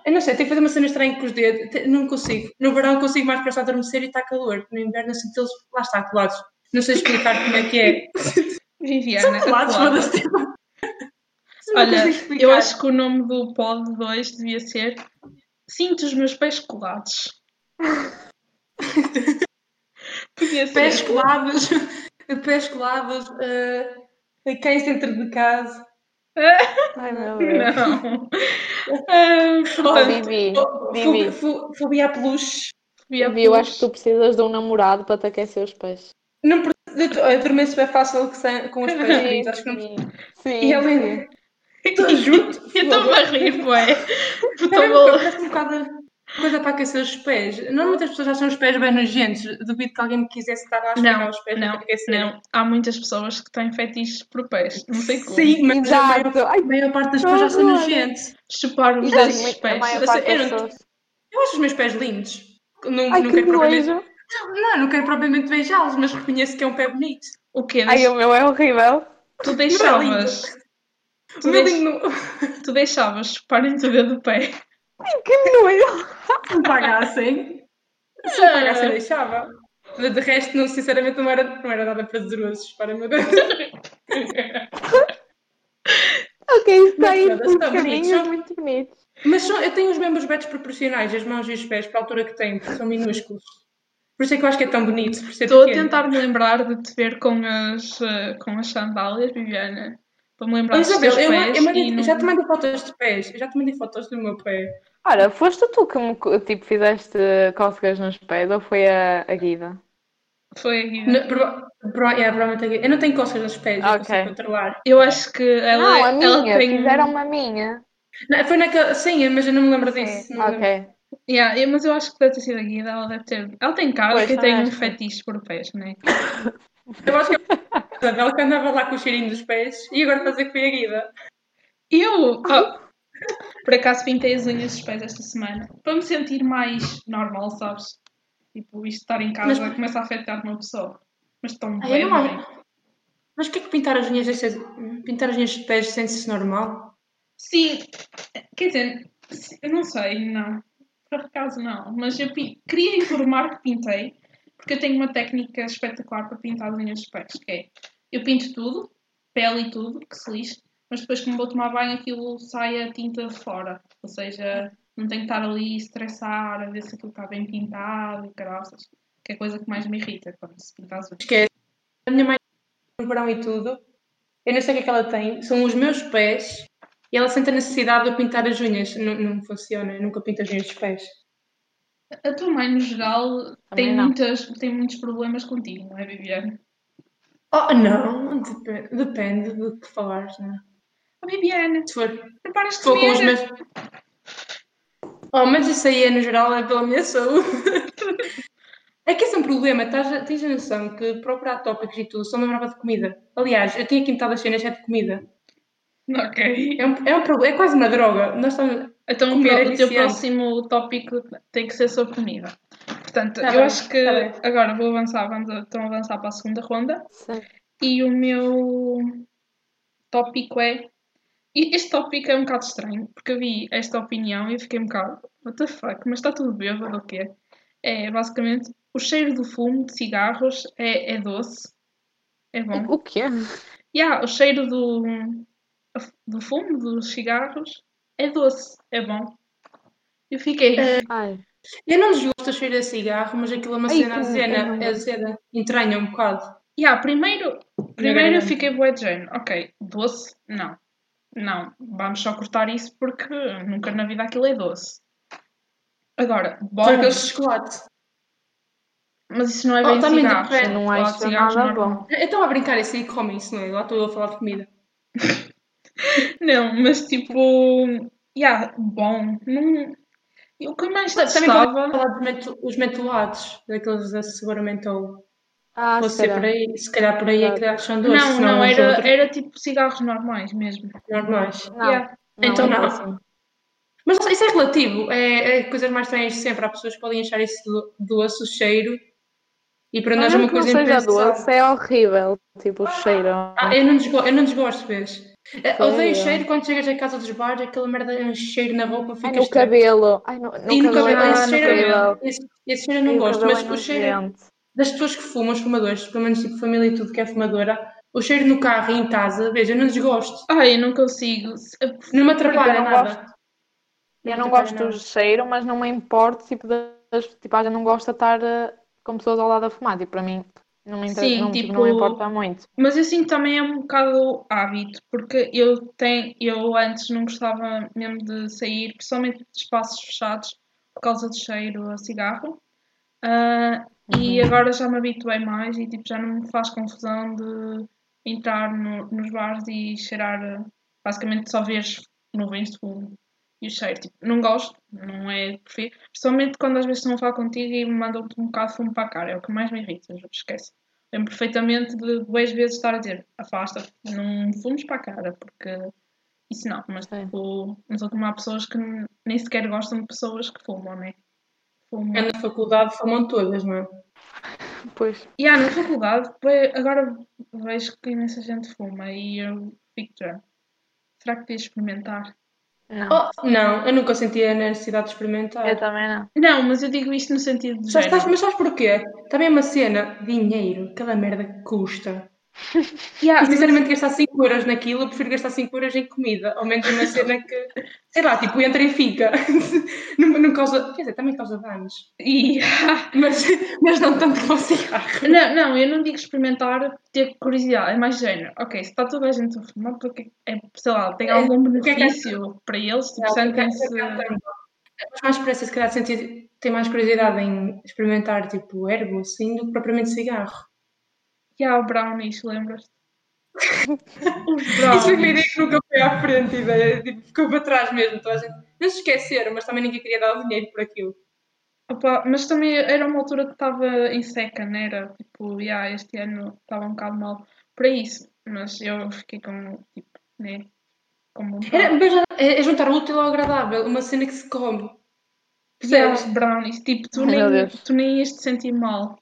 B: Eu não sei, tenho que fazer uma cena estranha com os dedos, te- não consigo. No verão consigo mais para adormecer e está calor, no inverno eu sinto eles lá está colados. Não sei explicar como é que é.
A: Viviana,
B: Colados,
A: atual.
B: foda-se. tipo. Não
A: Olha,
B: consigo explicar.
A: eu acho que o nome do pod 2 devia ser Sinto os meus pés colados. Podia ser.
B: Pés colados, pés colados, eh, cães dentro de casa.
C: Ai meu Deus.
A: Não. Ah,
C: Oh,
A: portanto,
C: Vivi,
B: Fo-
C: Vivi,
B: fo- fo- Fobia a peluche.
A: via
C: Vivi, eu
A: pelos-
C: acho que tu precisas de um namorado para te aquecer os pés.
B: Não pre- adormeço bem fácil que sem- com os pés abertos. Acho que não
C: sim. sim.
B: E além
A: Eu
B: junto,
A: estou-me a rir, ué.
B: Também
A: Estou a...
B: parece um bocado uma coisa para aquecer os pés. Normalmente as pessoas acham os pés bem nojentos. Duvido que alguém me quisesse estar lá a esfregar
A: Não,
B: os pés
A: não,
B: para
C: assim.
B: aquecer.
A: não. Há muitas pessoas que têm fetiches por pés. Não sei como.
B: Sim, mas a maior,
C: Exato. Ai, oh,
B: a maior parte das pessoas já são
C: Horror.
B: nojentos.
A: Chupar os
C: exato.
A: dedos dos
C: A maior
A: pés.
C: parte
B: Eu
C: das
B: não-
C: pessoas.
B: Eu acho os meus pés lindos. Não,
C: Ai,
B: não,
C: que
B: quero propriamente,
C: nojo.
B: não, não quero propriamente beijá-los, mas reconheço que é um pé bonito.
A: O quê? Deixa-
C: Ai, o meu é horrível.
A: Tu deixavas...
B: O
A: Tu,
B: meu
A: deix-
B: lindo é não-
A: tu deixavas chuparem-te o dedo do pé.
C: Que nojo.
B: se me pagassem. Se me
A: Ah.
B: pagassem, deixava. Mas de resto, não, sinceramente, não era, não era nada prazeroso. Para meu Deus.
C: Ok, está aí
B: Mas,
C: por
B: mas,
C: caminhos
B: são-
C: muito bonitos.
B: Mas são- eu tenho os membros bem desproporcionais, as mãos e os pés, para a altura que tenho, porque são minúsculos. Por isso é que eu acho que é tão bonito, por ser
A: Estou a
B: pequeno.
A: tentar me lembrar de te ver com as, eh, com as sandálias, Viviana. Para me
B: Oh,
A: lembrar dos
B: Isabel,
A: teus
B: eu, eu
A: pés
B: mandei-
A: e
B: eu
A: não-
B: já
A: é.
B: te mandei fotos de pés, eu já te mandei fotos do meu pé.
C: Ora, foste tu que me co- tipo, fizeste cócegas nos pés ou foi a, a Guida?
A: Foi aqui.
B: Não, prova- prova- yeah, é, provavelmente aqui. eu não tenho cócegas nos pés, eu
C: Ok.
B: consigo controlar.
A: Eu acho que ela, é-
C: não, a
A: ela
C: é minha,
B: um
A: tem.
C: fizeram uma minha.
B: Não, foi naquela. Sim, mas eu não me lembro disso. não me lembro.
C: Ok.
A: Yeah, eu- mas eu acho que deve ter sido a Guida, ela deve ter. Ela tem cara
C: Pois,
A: que
C: também
A: tem um
C: acho que sim.
A: fetiche por pés, não é?
B: Eu acho que a Isabel que andava lá com o cheirinho dos pés e agora fazer que foi a guida.
A: Eu! oh, por acaso pintei as unhas dos pés esta semana. Para me sentir mais normal, sabes? Tipo, isto de estar em casa
B: Mas-
A: começa a afetar uma pessoa. Mas estão
B: Ai,
A: bem,
B: eu não
A: bem.
B: Mas o que é que pintar as unhas, destas, pintar as unhas de pés sente-se normal?
A: Sim, quer dizer, se- eu não sei, não. Por acaso não, mas eu pin- queria informar que pintei, porque eu tenho uma técnica espetacular para pintar as unhas dos pés, que é, eu pinto tudo, pele e tudo, que se lixe, mas depois como vou tomar banho aquilo sai a tinta de fora, ou seja, não tenho que estar ali a estressar, a ver se aquilo está bem pintado e caraças, que é a coisa que mais me irrita quando se pinta as unhas.
B: Esquece. A minha mãe tem um verão e tudo. Eu não sei o que é que ela tem. São os meus pés. E ela sente a necessidade de eu pintar as unhas. Não, não funciona. Eu nunca pinto as unhas dos pés.
A: A tua mãe, no geral,
C: Também
A: tem,
C: não.
A: muitas, tem muitos problemas contigo, não é, Viviane?
B: Oh, não. Depende, depende do que falares, não é?
A: Oh, Viviana,
B: Se for,
A: preparas-te
B: se for com os
A: mesmo?
B: meus... Oh, mas isso aí é, no geral, é pela minha saúde. É que esse é um problema. Estás a- tens a noção que procurar tópicos e tudo só me lembrava de comida. Aliás, eu tinha aqui metade das cenas é de comida.
A: Ok.
B: É, um, é, um, proble- é quase uma droga. Nós estamos...
A: Então o,
B: Comer
A: pro-
B: é
A: o teu
B: viciante.
A: próximo tópico tem que ser sobre comida. Portanto,
B: Tá
A: eu
B: bem,
A: acho que
B: tá bem.
A: agora vou avançar, vamos a- então avançar para a segunda ronda.
C: Sim.
A: E o meu tópico é. e Este tópico é um bocado estranho, porque eu vi esta opinião e fiquei um bocado. What the fuck? Mas está tudo bêbado ou quê? É basicamente o cheiro do fumo de cigarros é, é doce. É bom.
C: O quê?
A: Yeah, o cheiro do, do fumo dos cigarros é doce, é bom. Eu fiquei.
B: Eh,
C: Ai,
B: Eu não desgosto o cheiro a cigarro, mas aquilo é uma
C: Ai,
B: cena
C: como-
B: azeda.
C: como-
B: É azeda. Entranha um bocado.
A: Yeah, primeiro, primeiro eu
B: grande.
A: fiquei bué de género. Ok, doce, não. Não, vamos só cortar isso porque nunca na vida aquilo é doce. Agora,
B: São
A: bom,
B: aqueles de chocolate.
A: mas isso não é
B: Oh,
A: bem
B: também
A: cigarros.
B: depende.
C: Não
A: Lá de
B: assim,
C: acho
A: cigarros
C: nada
A: normal.
C: bom.
B: Eu estava a brincar isso aí, comem isso, não é? Lá estou eu a falar de comida.
A: Não, mas tipo. Yeah, bom. Não... O que eu mais
B: Também podemos
A: detestava.
B: falar dos meto- os metolados, daqueles da seguramente ou
C: ah,
B: pode ser
C: será?
B: por aí, se calhar por aí é que eles são doces,
A: Não, não,
B: os
A: era,
B: outros
A: era tipo cigarros normais mesmo.
B: normais.
C: Não,
A: Yeah.
C: não,
B: Então
C: é
B: não.
C: assim.
B: Mas isso é relativo, é, é coisas mais estranhas de sempre. Há pessoas que podem achar isso do- doce, o cheiro, e para nós é
C: Mesmo
B: uma
C: que não
B: coisa
C: seja
B: impensável.
C: doce, é horrível. Tipo, o cheiro.
B: Ah, eu não desgosto, eu não desgosto, vês? É,
C: Sério?
B: Odeio o cheiro quando chegas à casa dos bares, aquela merda, um cheiro na roupa,
C: Ai,
B: fica
C: no
B: estranho.
C: cabelo. Ai, no,
B: E no cabelo,
C: é
B: esse cheiro,
C: horrível.
B: é- esse, esse cheiro eu não
C: Sim,
B: gosto,
C: cabelo
B: mas
C: é
B: o cheiro é-
C: nojento.
B: das pessoas que fumam, os fumadores, pelo menos tipo família e tudo que é fumadora, o cheiro no carro e em casa, veja, eu não desgosto,
A: Ai, eu não consigo. Se-
B: não me atrapalha
C: Eu não
B: nada.
C: Eu não
B: atrapalha
C: gosto
B: nada.
C: do cheiro, mas não me importo, tipo, das, tipo, ah, eu não gosto de estar eh, com pessoas ao lado a fumar, tipo, para mim Não me, inter...
A: Sim,
C: não,
A: tipo-
C: não me importa muito.
A: Mas eu sinto também é um bocado hábito, porque eu tenho, eu antes não gostava mesmo de sair, principalmente de espaços fechados, por causa do cheiro a cigarro. Ah, E agora já me habituei mais e tipo, já não me faz confusão de entrar no- nos bares e cheirar, eh, basicamente só ver as nuvens de fumo e o cheiro. Tipo, não gosto, não é prefiro. Principalmente quando às vezes estão a falar contigo e me mandam-te um bocado de fumo para a cara, é o que mais me irrita, eu esquece. Lembro perfeitamente de duas vezes estar a dizer afasta-te, não me fumes para a cara, porque isso não, mas
C: Sim.
A: tipo, mas há como há pessoas que n- nem sequer gostam de pessoas que fumam, né? Fumam.
B: É na faculdade fumam todas, não é?
C: Pois.
A: E yeah, na faculdade, bem, agora vejo que imensa gente fuma e eu fico já. Será que devias experimentar?
C: Não.
B: Oh, não, eu nunca senti a necessidade de experimentar.
C: Eu também não.
A: Não, mas eu digo isto no sentido de
B: Já
A: género.
B: estás, mas sabes porquê? Também é uma cena, dinheiro, aquela merda que custa.
A: Yeah,
B: E
A: mas-
B: sinceramente gastar 5 euros naquilo, eu prefiro gastar 5 euros em comida, ao menos uma cena que, sei lá, tipo, entra e fica. Não, não causa, quer dizer, também causa danos,
A: e-
B: mas, mas não tanto como cigarro.
A: não, não, eu não digo experimentar, ter curiosidade, é mais género. Ok, se está toda a gente a fumar, porque é, sei lá, tem algum
B: que é que-
A: benefício para eles? Tipo,
B: é
A: sentem-se.
B: um Mas mais pressa, se calhar, sentir, tem mais curiosidade em experimentar, tipo, ergo, assim, do que propriamente cigarro.
A: Yeah, brownies, lembras-te? Os
B: Isso foi uma
A: brownies.
B: ideia que nunca foi à frente, ideia, tipo, ficou para trás mesmo, toda a gente. Não se esqueceram, mas também ninguém queria dar o dinheiro por aquilo.
A: Opa, mas também era uma altura que estava em seca, não era? Tipo, yeah, este ano estava um bocado mal para isso, mas eu fiquei com, tipo, né? Com vontade.
B: Era, mas já- é, é juntar o útil ao agradável, uma cena que se come.
A: Yeah, os
B: Percebes?
A: brownies, tipo, tu
C: Ai, meu
A: nem,
C: Deus.
A: tu nem ias te sentir mal.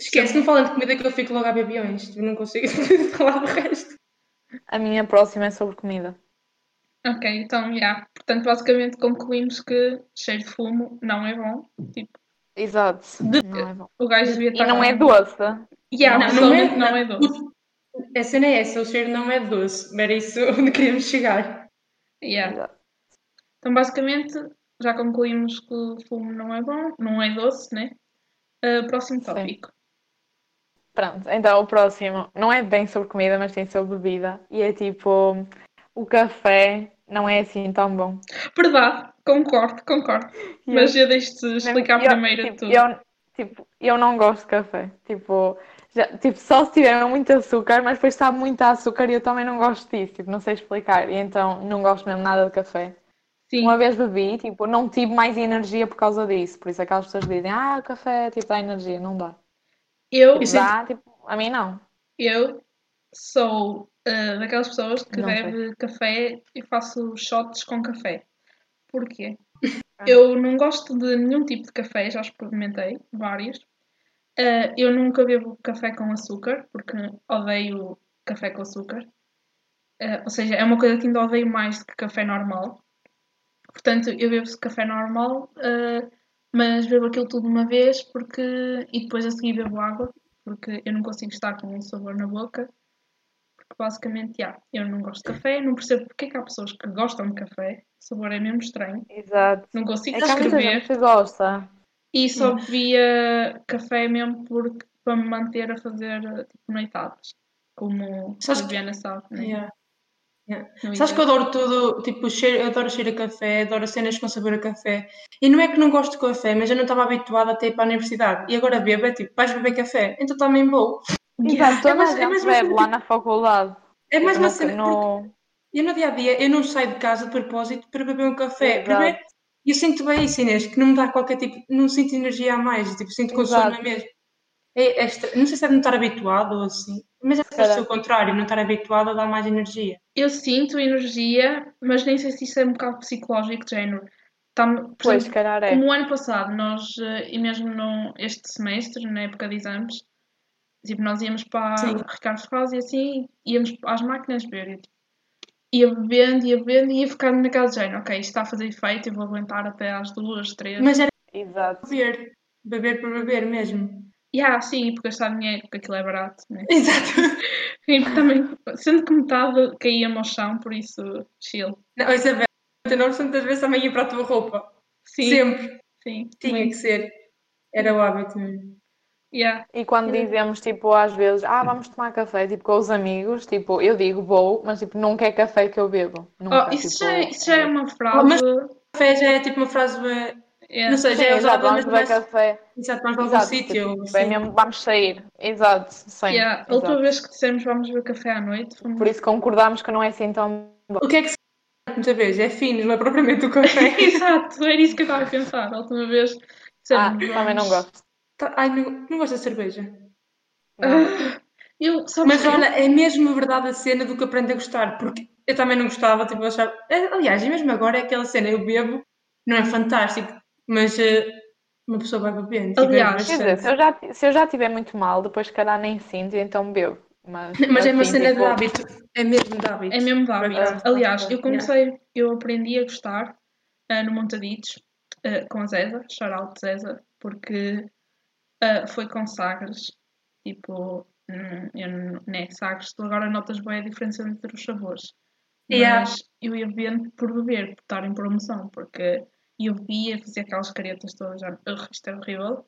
B: Esquece, não falando de comida que eu fico logo a bebiões, tipo, não consigo falar do resto.
C: A minha próxima é sobre comida.
A: Ok, então, yeah. Portanto, basicamente concluímos que cheiro de fumo não é bom. Tipo,
C: Exato. Não é bom.
A: o gajo devia
C: E
A: estar.
C: não é doce.
A: Yeah,
B: Não, não
A: pessoalmente
B: é-
A: não é doce.
B: A cena é essa, o cheiro não é doce, era isso onde queríamos chegar.
A: Yeah.
C: Exato.
A: Então, basicamente, já concluímos que o fumo não é bom, não é doce, né? Uh, próximo
C: Sim.
A: tópico.
C: Pronto, então o próximo não é bem sobre comida, mas tem sobre bebida. E é tipo, o café não é assim tão bom.
A: Verdade, concordo, concordo.
C: E
A: Mas eu deixo-te
C: eu-
A: explicar
C: eu-
A: primeiro
C: tipo,
A: tudo.
C: Eu, tipo, eu não gosto de café. Tipo, já- tipo, só se tiver muito açúcar, mas depois está muito açúcar e eu também não gosto disso. Tipo, não sei explicar. E então não gosto mesmo nada de café.
A: Sim,
C: Uma vez bebi, tipo, não tive mais energia por causa disso. Por isso é aquelas pessoas dizem, ah, café, tipo, dá energia. Não dá.
A: eu,
B: Isso é-
C: Dá, tipo, a mim não.
A: eu sou uh, daquelas pessoas que
C: Não sei.
A: bebe café e faço shots com café. Porquê?
C: Ah.
A: Eu não gosto de nenhum tipo de café, já experimentei vários. Uh, eu nunca bebo café com açúcar, porque odeio café com açúcar. Uh, ou seja, é uma coisa que ainda odeio mais do que café normal. Portanto, eu bebo café normal, uh, mas bebo aquilo tudo de uma vez porque... e depois a seguir bebo água, porque eu não consigo estar com um sabor na boca. Porque basicamente, já, eu não gosto de café, não percebo porque é que há pessoas que gostam de café, o sabor é mesmo estranho.
C: Exato.
A: Não consigo
B: Então,
C: É que há muita
A: escrever
C: gente que gosta.
A: e
B: hum.
A: só bebia café mesmo porque, para me manter a fazer tipo, noitadas, como
B: Sabes
A: a Viana sabe. Né?
B: Yeah.
A: No
B: Sabes que eu
A: Inter.
B: adoro tudo, tipo, o cheiro, eu adoro cheiro a café, adoro cenas com sabor a café. E não é que não gosto de café, mas eu não estava habituada até ir para a universidade. E agora bebo, é tipo, vais beber café, então também vou.
C: Exato, toda
B: É mais-
C: a
B: é
C: gente
B: mais uma
C: bebe
B: cena
C: lá na faculdade.
B: É mais uma
C: No-
B: cena, porque
C: no-
B: Eu no dia a dia eu não saio de casa de propósito para beber um café.
C: Exato.
B: Primeiro, eu sinto bem isso, Inês, que não me dá qualquer tipo, não sinto energia a mais, tipo, sinto
C: Exato.
B: consolo na mesma. É esta, não sei se é de não estar habituado ou assim, mas é
C: calhar.
B: ser o contrário, não estar habituado dá mais energia.
A: Eu sinto energia, mas nem sei se isso é um bocado psicológico de género. Tá, por
C: Pois, se
A: exemplo,
C: calhar é.
A: Como o ano passado, nós, eh, e mesmo no, este semestre, na época de exames, tipo, nós íamos para
B: Sim.
A: Ricardo Ferraz e assim, íamos às máquinas ver. e, tipo, Ia bebendo, ia bebendo e ia ficar naquela de género, ok, isto está a fazer efeito, eu vou aguentar até às duas, três.
B: Mas era
C: Exato.
B: beber, beber por beber mesmo.
A: Yeah, ah, sim, porque gastar dinheiro, porque aquilo é barato, né?
B: Exato.
A: E também, sendo que metade caía-me ao chão, por isso, chill.
B: Não, Isabel, 99% das vezes também ia para a tua roupa.
A: Sim,
B: Sempre.
A: sim.
B: Tinha
A: muito.
B: que ser. Era o hábito mesmo.
A: Yeah.
C: E quando dizemos, tipo, às vezes, ah, vamos tomar café, tipo, com os amigos, tipo, eu digo vou, mas, tipo, nunca é café que eu bebo. Nunca,
A: Oh, isso,
C: tipo,
A: já, é- isso já é uma frase.
B: Oh, mas- Café já é tipo uma frase. bué-
A: Yeah.
B: Não sei, já
C: Sim,
B: é
C: exato,
B: usada,
C: vamos
B: mas
C: beber
B: parece-
C: café.
B: exato, mas logo um
C: Exato,
B: sítio.
C: tipo,
B: assim.
C: é mesmo, vamos sair. Exato, sim.
A: Yeah, A
C: exato.
A: última vez que dissemos vamos beber café à noite, fomos
C: Por isso concordámos que não é assim tão bom.
B: O que é que se muita vez? É finos, não é propriamente o café.
A: Exato, era isso que eu estava a pensar. A última vez
C: Ah,
A: dissemos,
C: também não gosto.
B: Tá- Ai, não, não gosto de cerveja.
C: Não.
A: Eu, sabes,
B: Mas olha, é mesmo verdade a cena do que aprendo a gostar, porque eu também não gostava, tipo, eu achava. é, Aliás, e mesmo agora é aquela cena, eu bebo, não é fantástico, mas eh, uma pessoa vai bebendo. tipo, é e bebe
A: Aliás,
C: Quer
B: bastante.
C: dizer, se eu já, se eu já estiver muito mal, depois se calhar nem sinto, então bebo. Mas,
B: mas é uma
C: assim,
B: cena de
C: tipo,
B: hábito, é mesmo de hábito.
A: é mesmo dá.
B: Ah,
A: Aliás,
B: ah,
A: eu comecei, eu aprendi a gostar ah, no Montaditos ah, com a Zeza, Charalto Zeza, porque ah, foi com Sagres. Tipo, hum, eu, não- né, Sagres, tu agora notas bem a diferença entre os sabores.
B: Yeah.
A: Mas eu ia bebendo por beber, por estar em promoção, porque eu bebia, fazia aquelas caretas todas, já, "Ugh, isto é horrível.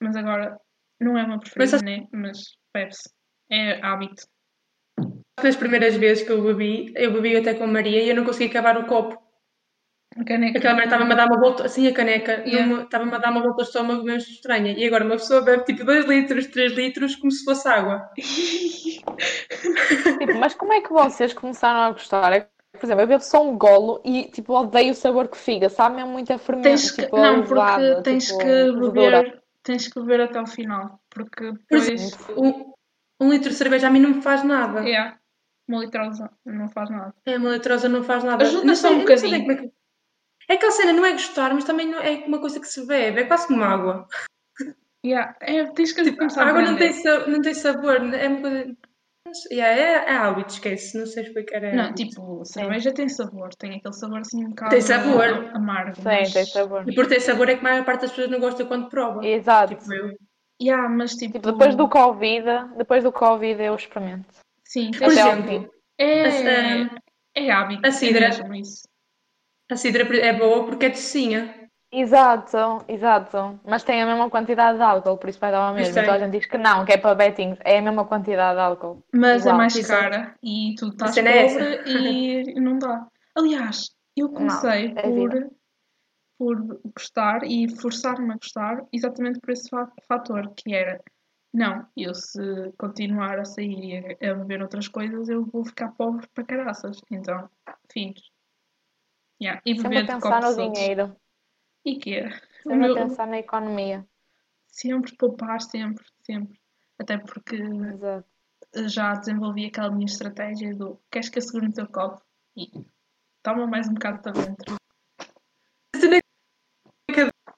A: Mas agora não é uma preferência,
B: acho-
A: né? Mas bebe-se. É hábito.
B: Nas primeiras vezes que eu bebi, eu bebi até com a Maria e eu não consegui acabar o copo.
A: A caneca.
B: Aquela merda estava-me a dar uma volta, assim a caneca,
A: Yeah.
B: numa- estava-me a dar uma volta ao estômago mesmo estranha. E agora uma pessoa bebe tipo 2 litros, 3 litros, como se fosse água.
C: tipo, mas como é que vocês começaram a gostar? É que, Por exemplo, eu bebo só um golo e tipo, odeio o sabor que fica, sabe? Mesmo muito a fermento,
A: Tens que,
C: tipo,
A: não,
C: alisada,
A: porque tens
C: tipo,
A: que
C: gordura.
A: beber, tens que beber até o final, porque
B: Por
A: depois,
B: Um, um litro de cerveja a mim não me faz nada.
A: yeah, uma litrosa não faz nada.
B: É, uma letrosa não faz nada.
A: Ajuda
B: Não
A: só
B: sei-
A: um
B: não sei
A: bocadinho.
B: bem como é que- É aquela cena, não é gostar, mas também não é uma coisa que se bebe, é quase como água.
A: Yeah, é, tens que começar
B: A
A: a
B: água não
A: aprender.
B: tem, sa- não tem sabor, é uma coisa. não sei, yeah, é, é hábito, esquece, não sei explicar. É
A: Não,
B: hábito.
A: tipo, cerveja tem sabor, tem aquele sabor assim um bocado
B: Tem sabor.
A: amargo.
C: Sim,
A: mas-
C: tem sabor.
B: E por ter sabor é que a maior parte das pessoas não gosta quando prova.
A: É.
C: Exato.
B: Tipo eu.
A: Yeah, mas tipo,
C: Tipo, depois do Covid, depois do Covid eu experimento.
A: sim, tem
B: Por
C: Até ao
A: sabor.
B: exemplo,
C: fim.
A: é,
B: a-
A: é hábito,
B: a
A: é
B: cidra.
A: mesmo isso.
B: A cidra é boa porque é docinha.
C: Exato, exato. Mas tem a mesma quantidade de álcool, por isso vai dar o
B: Pois
C: mesmo. Então a
B: tem.
C: gente diz que não, que é para betinhos. É a mesma quantidade de álcool.
A: Mas é
C: Igual,
A: mais
B: exato.
A: cara e tu estás
B: cena é essa.
A: pobre e não dá. Aliás, eu comecei
C: é
A: por,
C: vida.
A: por gostar e forçar-me a gostar exatamente por esse fa- fator, que era não, eu se continuar a sair e a, a beber outras coisas, eu vou ficar pobre para caraças. Então, fins. Yeah, E
C: Sempre a
A: beber de
C: pensar no
A: copos soltos.
C: dinheiro,
A: E que era. O
C: sempre a
A: meu-
C: pensar na economia.
A: Sempre poupar, sempre, sempre. Até porque
C: Exato.
A: já desenvolvi aquela minha estratégia do queres que eu segure no teu copo e toma mais um bocado para dentro.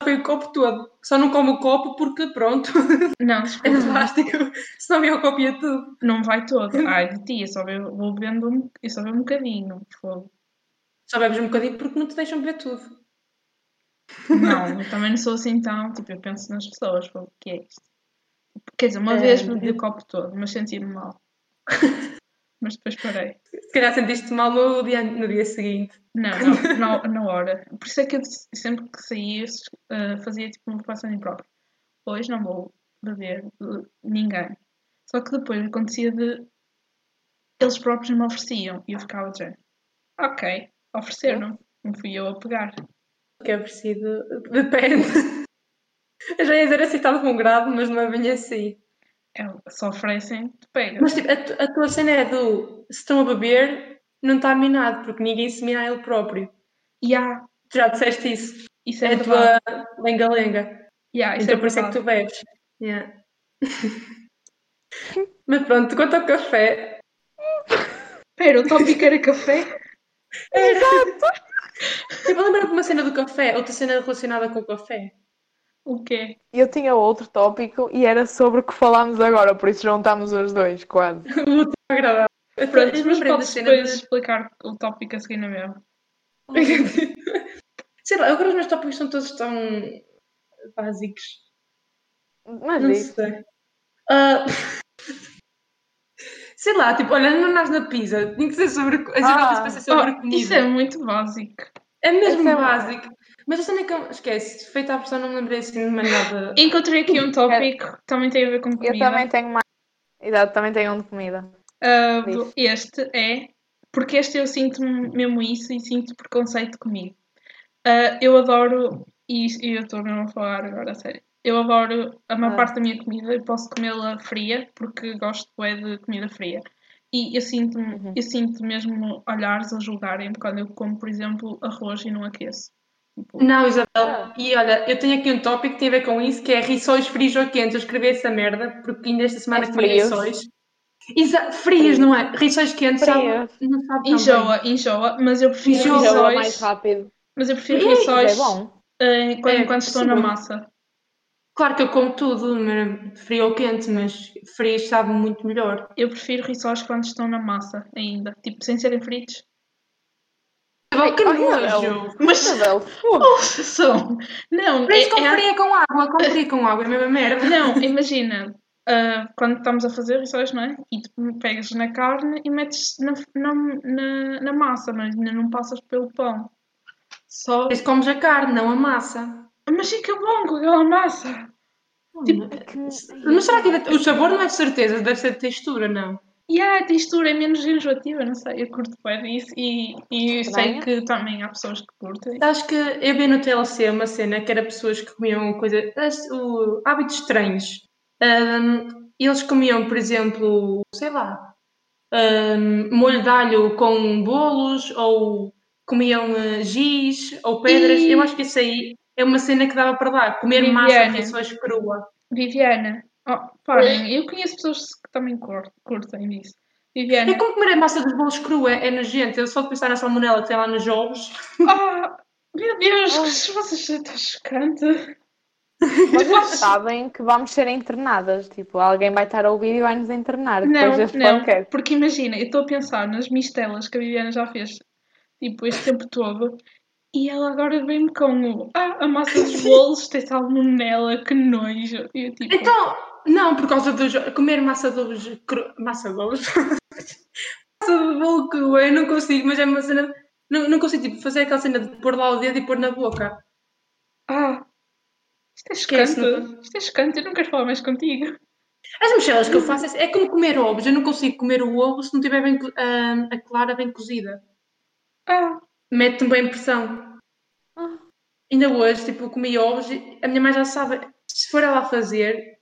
B: Foi o copo todo. Só não como o copo porque, pronto,
A: Não,
B: é
A: desculpa,
B: plástico. Senão eu copo ia é tudo.
A: não vai todo. Ai, de ti, eu só bebo, vou bebendo um, eu só bebo um bocadinho. Fogo.
B: Só bebes um bocadinho porque não te deixam beber tudo.
A: Não, eu também não sou assim tão, tipo, eu penso nas pessoas, fogo, o que é isto? Quer dizer, uma vez bebi o copo todo, mas senti-me mal. Mas depois parei.
B: Se calhar sentiste mal no dia, no dia seguinte.
A: Não, não, na, na hora. Por isso é que eu disse- sempre que saía eh, fazia tipo uma passagem própria. Hoje não vou beber de ninguém. Só que depois acontecia de eles próprios me ofereciam e eu ficava de género. Ok, ofereceram. Não fui eu a pegar.
B: Que é preciso. Depende. Eu já ia dizer aceitado com grado, mas não é bem assim.
A: É, se oferecem, tu pegas.
B: Mas tipo, a, tu- a tua cena é do se estão a beber, não está minado, porque ninguém se mina a ele próprio.
A: E há,
B: Tu já disseste isso.
A: isso é,
B: É a
A: verdade.
B: tua lenga-lenga.
A: E há, isso
B: Então
A: é
B: por isso é
A: verdade.
B: que tu bebes. Yeah. mas pronto, quanto ao café,
A: Pera, o tópico era café?
B: eu vou lembrar Tipo, de uma cena do café, outra cena relacionada com o café.
A: O quê?
C: Eu tinha outro tópico e era sobre o que falámos agora, por isso juntámos os dois, quase.
B: Agradável. Eu
A: Pronto,
B: eu
A: mas
B: lembrei da
A: podes
B: cena
A: depois
B: de-
A: explicar o tópico a seguir na mesma.
B: Sei lá, agora os meus tópicos são todos tão básicos.
C: Mas
B: Não
C: diz,
B: sei. Ah, sei lá, tipo, olha, ananás na pizza. Tem que ser sobre. co- As
C: Ah.
B: ah. para ser sobre
A: Oh,
B: comida.
A: isso é muito básico.
B: é mesmo
C: Isso é-
B: básico. Mas eu também que eu esquece, feita a pressão, não me lembrei assim de mais nada.
A: Encontrei aqui um tópico que também tem a ver com comida.
C: Eu também tenho mais. Exato, também tenho um de comida.
A: Ah,
C: Diz.
A: este é. Porque este eu sinto mesmo isso e sinto preconceito comigo. Ah, eu adoro. E isso- e eu estou mesmo a falar agora, a sério. Eu adoro a maior
C: Ah.
A: parte da minha comida e posso comê-la fria, porque gosto é de comida fria. E eu sinto,
C: Uhum.
A: eu sinto mesmo olhares a julgarem quando eu como, por exemplo, arroz e não aqueço. Tipo,
B: Não, Isabel,
C: Ah.
B: e olha, eu tenho aqui um tópico que tem a ver com isso, que é rissóis frios ou quentes. Eu escrevi essa merda, porque ainda esta semana
C: É
B: comi
C: frios.
B: rissóis. Isa- frios, não é? Rissóis quentes, sabe?
C: Frios.
B: Não sabe tão bem.
A: Enjoa, enjoa, mas eu prefiro
B: Enjoa
A: rissóis.
C: Enjoa mais rápido.
A: Mas eu prefiro
B: Mas
A: rissóis
C: Mas é bom.
A: eh, quando,
B: É,
A: quando estou na
B: seguro.
A: massa.
B: Claro que eu como tudo, mas frio ou quente, mas frios sabe muito melhor.
A: Eu prefiro rissóis quando estão na massa ainda. Tipo, sem serem fritos.
B: Isabel, que
C: oh,
B: nojo!
C: Isabel.
A: Mas Oh,
C: Isabel, fogo.
A: são. Não, é,
B: Frios com
A: é-
B: fria com água, com fria com água, é a mesma merda.
A: não, imagina. ah, quando estamos a fazer rissóis, não é? E tu pegas na carne e metes na, na, na, na massa, mas ainda não passas pelo pão. Só. Ah,
B: Mas comes a carne, não a massa.
A: Mas fica bom com aquela massa. Tipo,
B: Mas será que ainda- o sabor não é de certeza, deve ser de textura, não?
A: E a textura é menos enjoativa, não sei. Eu curto bem disso e, e sei
C: Estranho.
A: que também há pessoas que curtem.
B: Sabes que eu vi no TLC é uma cena que era pessoas que comiam coisa, as- o- hábitos estranhos. Ahm, eles comiam, por exemplo, sei lá, ahm, molho de alho com bolos, ou comiam ah, giz, ou pedras.
A: Ih.
B: Eu acho que isso aí é uma cena que dava para dar. Comer massa
A: Viviane.
B: de pessoas crua.
A: Viviana, oh, parem, eu conheço pessoas que também cur- curtem disso.
B: É
A: Viviana,
B: como comer a massa dos bolos crua, é nojento. Eu só de pensar na salmonela que tem lá nos jogos.
A: ah, meu Deus,
C: Ah.
A: que vocês estão chocante.
C: Vocês sabem que vamos ser internadas. Tipo, alguém vai estar a ouvir e vai nos internar depois
A: Não,
C: deste
A: não,
C: podcast.
A: porque imagina, eu estou a pensar nas mistelas que a Viviana já fez, tipo, este tempo todo, e ela agora vem com o, ah, a massa dos bolos tem salmonela, que nojo. E eu tipo,
B: Então, não, por causa dos. Comer massa de ovos cru. Massa de ovos? massa de bolo crua, eu não consigo, mas é uma cena. Não, não consigo tipo, fazer aquela cena de pôr lá o dedo e pôr na boca.
A: Ah, isto é
B: Esquece,
A: chocante. Isto é chocante, eu não quero falar mais contigo.
B: As mochelas que eu faço é, é como comer ovos, eu não consigo comer o ovo se não tiver bem, co- hum, a- a clara bem cozida.
A: Ah,
B: Mete-me bem pressão.
C: Ah.
B: Ainda hoje, tipo, eu comi ovos e a minha mãe já sabe, se for ela a fazer,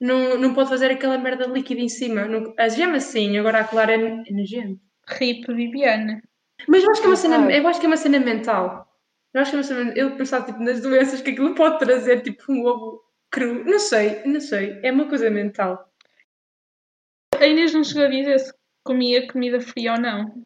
B: não, não pode fazer aquela merda líquida em cima. Não, a gema sim, agora a clara é, é nojento.
A: RIP Viviane.
B: Mas eu acho que é uma cena,
C: Verdade.
B: eu acho que é uma cena mental. Eu acho que é uma cena, eu pensava tipo, nas doenças que aquilo pode trazer, tipo um ovo cru. Não sei, não sei. É uma coisa mental.
A: A Inês não chegou a dizer se comia comida fria ou não.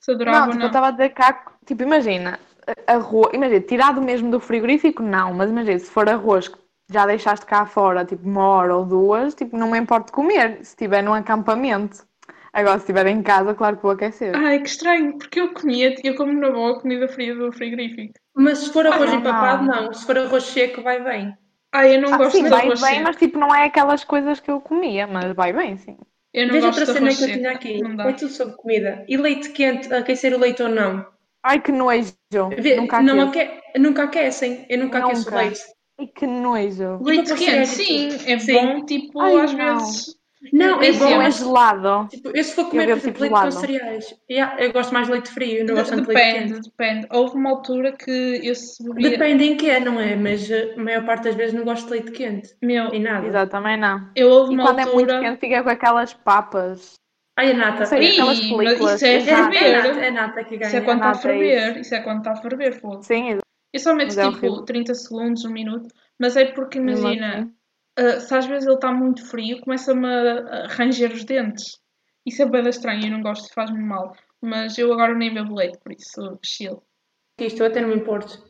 A: Se adorava
C: Não, tipo, eu
A: ou não.
C: estava a dizer cá, tipo, imagina, a- arroz, imagina, tirado mesmo do frigorífico, não, mas imagina, se for arroz que já deixaste cá fora, tipo, uma hora ou duas, tipo, não me importo comer, se estiver num acampamento. Agora, se estiver em casa, claro que vou aquecer.
A: Ai, que estranho, porque eu comia, eu como na boa comida fria do frigorífico.
B: Mas se for
A: é
B: arroz
C: não,
B: empapado, não. Se for arroz seco, vai bem.
A: Ai, eu não
C: Ah,
A: gosto
C: sim,
A: de
C: vai
A: arroz
C: bem,
A: seco.
C: mas tipo, não é aquelas coisas que eu comia, mas vai bem, sim.
A: Eu não
B: Veja
A: gosto
B: outra
A: de
B: cena
A: arroz
B: que eu
A: seco.
B: tinha aqui.
A: Não dá.
B: É tudo sobre comida. E leite quente, aquecer o leite ou não?
C: Ai, que nojo,
B: Vê-
C: nunca
B: não
C: aqueço.
B: aque- nunca aquecem. Eu nunca, aqueço o
C: Nunca.
B: leite.
C: Ai, que nojo.
A: Leite
B: para
A: tipo quente, sim,
B: cereais,
A: é
B: sim.
A: bom, tipo,
C: Ai,
A: às
C: não.
A: vezes.
B: Não, é
A: É
B: bom.
C: Bom, é
B: mas,
C: gelado.
B: tipo, eu se for comer, por
C: bebo,
B: exemplo,
C: tipo,
B: leite com
C: gelado.
B: cereais. Yeah, eu gosto mais de leite frio, não gosto tanto de leite quente.
A: Depende, depende. Houve uma altura que eu se bebia.
B: Depende em que é, não é? Mas eh, a maior parte das vezes não gosto de leite quente.
A: Meu,
B: E nada.
C: Exato, também não.
A: eu houve
C: E
A: uma
C: quando é muito
A: altura.
C: quente, fica com aquelas papas.
B: Ai, a nata.
C: Não sei,
A: Ih,
C: aquelas
A: mas
C: películas.
A: isso é
B: É, a
C: exato.
A: ferver.
B: nata, é a nata que ganha.
A: Isso é quando está a
C: nada, é
A: ferver. Isso. é quando está a ferver, fogo.
C: Sim, exato.
A: Eu só meto
C: Mas é
A: tipo
C: horrível.
A: 30 segundos, um minuto. Mas é porque, imagina, ah, se às vezes ele está muito frio, começa-me a a ranger os dentes. Isso é bem estranho, eu não gosto, faz-me mal. Mas eu agora nem bebo leite, por isso, chill.
B: Isto eu até não me importo.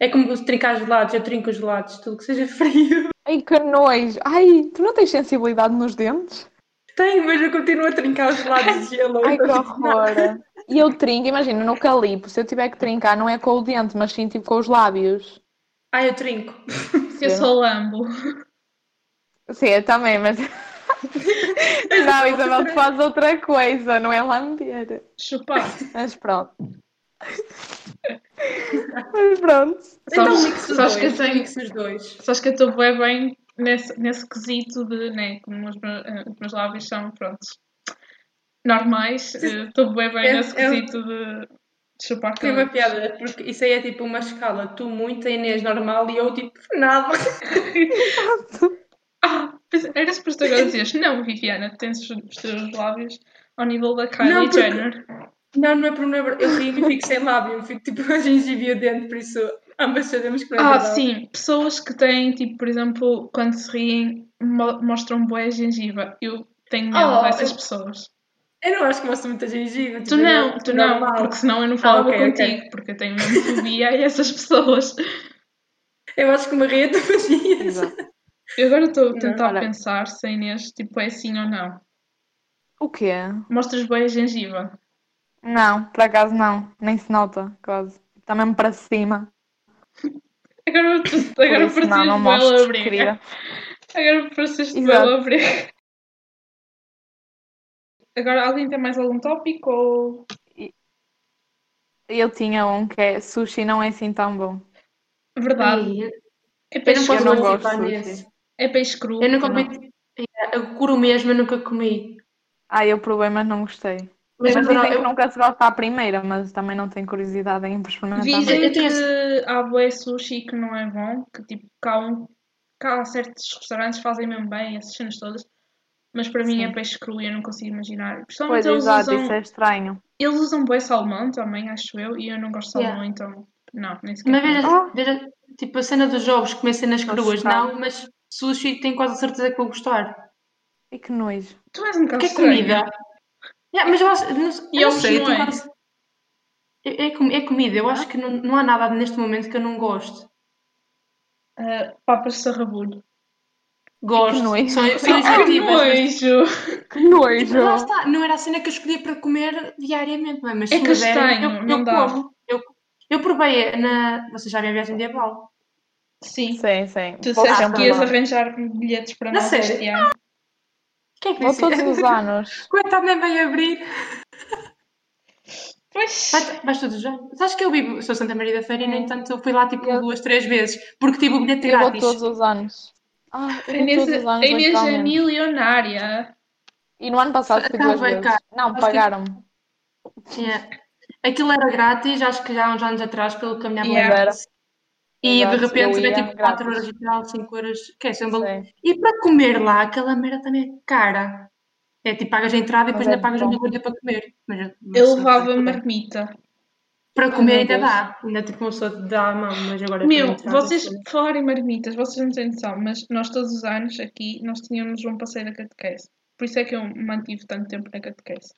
B: É como se trincar gelados, eu trinco os gelados, tudo que seja frio.
C: Ai, que nojo. Ai, tu não tens sensibilidade nos dentes?
B: Tenho, mas eu continuo a trincar os gelados de gelo.
C: Ai, que
B: Então,
C: horror. E eu trinco, imagina, no calipo, se eu tiver que trincar, não é com o dente, mas sim tipo com os lábios.
B: Ai, eu trinco.
A: Eu só lambo.
C: Sim, eu também, mas. Não, Isabel, tu fazes outra coisa, não é lamber.
A: Chupar.
C: Mas pronto. Mas pronto.
B: Então,
A: Sabes-
B: mix
A: sabes
B: os dois.
A: que eu tenho-
B: Mix os dois.
A: Só acho que eu estou bem bem nesse, nesse quesito de, né, como os meus, eh, os meus lábios são, prontos, normais. eh, Estou bem bem
B: É-
A: nesse
B: é um-
A: quesito de, de chupar
B: Tem uma
A: cabelos.
B: piada, porque isso aí é tipo uma escala. Tu muito, a Inês normal e eu tipo nada.
A: Ah, pois- era suposto agora dizeres, não, Viviana, tens os, os teus lábios ao nível da Kylie
B: Não, porque-
A: Jenner.
B: Não, não é problema. Eu rio e fico sem lábio. Eu fico tipo a gengiva e o dente, por isso ambas sabemos que não é
A: Ah,
B: verdade.
A: sim, pessoas que têm, tipo, por exemplo, quando se riem, mo- mostram boa gengiva. Eu tenho medo
B: Oh,
A: dessas
B: eu-
A: pessoas.
B: Eu não acho que mostro muita gengiva. tipo, é
A: Tu não, tu não, porque senão eu não falava
B: ok, ok.
A: contigo, porque eu tenho mesmo fobia a essas pessoas.
B: Eu acho que uma rede fazia.
C: Exato.
A: Eu agora estou a tentar
C: olha.
A: pensar se a Inês, tipo, é assim ou não.
C: O quê?
A: Mostras boa gengiva.
C: Não, por acaso não. Nem se nota, quase. Está mesmo para cima.
A: Agora, tu-
C: Por
A: agora
C: isso, não,
A: pareces
C: não
A: boa
C: mostro,
A: labrega.
C: querida.
A: Agora pareces
C: Exato.
A: boa labrega. Agora, alguém tem mais algum tópico ou...
C: Eu tinha um que é sushi não é assim tão bom.
A: Verdade.
B: Ai, eu-
A: É
B: eu
A: peixe
B: não
C: que
A: cru.
B: posso
C: eu não gosto
B: participar
C: de
B: nesse.
A: É peixe cru.
B: Eu não
A: ou não?
B: comi. Eu curo mesmo, eu nunca comi.
C: Ah, eu provei, mas não gostei.
B: Mas,
C: mas
B: não,
C: dizem que
B: eu,
C: nunca se gosta à primeira, mas também não tenho curiosidade em experimentar.
A: Dizem
B: tá Eu tenho
A: que há bué sushi que não é bom, que tipo, que há, um- que há certos restaurantes que fazem mesmo bem essas cenas todas, mas para mim
C: Sim.
A: é peixe cru e eu não consigo imaginar. Principalmente
C: Pois,
A: eles
C: exato,
A: usam,
C: isso é estranho.
A: eles usam bué salmão também, acho eu, e eu não gosto de salmão,
B: Yeah. é-
A: então não, nem sequer.
B: Uma vez,
C: Ah.
B: veja, tipo, a cena dos ovos, comer cenas
C: Não
B: cruas,
C: se sabe.
B: não, mas sushi tenho quase a certeza que vou gostar.
C: E que nojo.
A: Tu és um bocado
B: Porque é
A: estranha.
B: comida. Yeah, mas eu acho, eu não, eu
A: E
B: não
A: ovos
B: sei, eu
A: não
B: tenho
A: é?
B: quase- É, é com- é comida,
C: Ah.
B: eu acho que não, não há nada neste momento que eu não
C: Tipo,
B: goste.
A: Ah, papas de sarrabulho.
B: Gosto,
C: nojo.
B: são, são
A: Ah, que
B: iniciativas. mas-
A: nojo!
C: Que
B: Tipo, lá
C: nojo!
B: está, não era a cena que eu escolhia para comer diariamente, não é? mas
A: É
B: se me derem,
A: castanho,
B: eu,
A: não
B: eu
A: dá.
B: como. Eu, eu provei na. Vocês já viram a viagem de Abal?
A: Sim,
C: Sim, sim.
A: tu
C: Vou
A: disseste
C: sempre
A: que ias
C: lá.
A: arranjar bilhetes para
B: Não
A: nós
B: sei.
A: este ano.
B: Quem é que
C: Vou
B: disse?
C: todos os anos.
B: Quando também vai abrir.
A: Pois,
B: Vai- Vais todos já? Sabes que eu vivo, sou Santa Maria da Feira e, no
C: Hum.
B: entanto, eu fui lá tipo
C: Eu-
B: duas, três vezes, porque tive o bilhete
C: Eu vou
B: grátis.
C: todos os anos. Ah,
A: a
C: eu vou
A: Inês,
C: todos os
A: a
C: anos,
A: Inês é
C: literalmente.
A: milionária.
C: E no ano passado fui duas
B: Estava
C: vezes.
B: cá.
C: Não,
B: Acho que-
C: pagaram-me.
B: Yeah. Aquilo era grátis, acho que já há uns anos atrás, pelo que a minha avó
A: Yeah.
B: era. E de
C: Exato,
B: repente
C: eu
B: vê
C: ia
B: tipo 4
C: grátis.
B: horas de tal, 5 horas, que é sem valor.
C: Sim.
B: E para comer lá, aquela merda também é cara. É tipo, pagas a entrada e depois
C: Mas é
B: ainda pagas
C: bom.
B: uma coisa para comer. Mas eu- não
A: Eu
B: sei, é.
A: levava
B: não sei.
A: marmita.
B: Para
C: meu
B: comer ainda
C: Deus.
B: dá. Ainda tipo uma pessoa te dá a mão, mas agora. para
A: Meu,
B: entrar,
A: vocês
B: assim.
A: falarem marmitas, vocês não têm noção, mas nós todos os anos aqui nós tínhamos um passeio da catequese. Por isso é que eu mantive tanto tempo na catequese.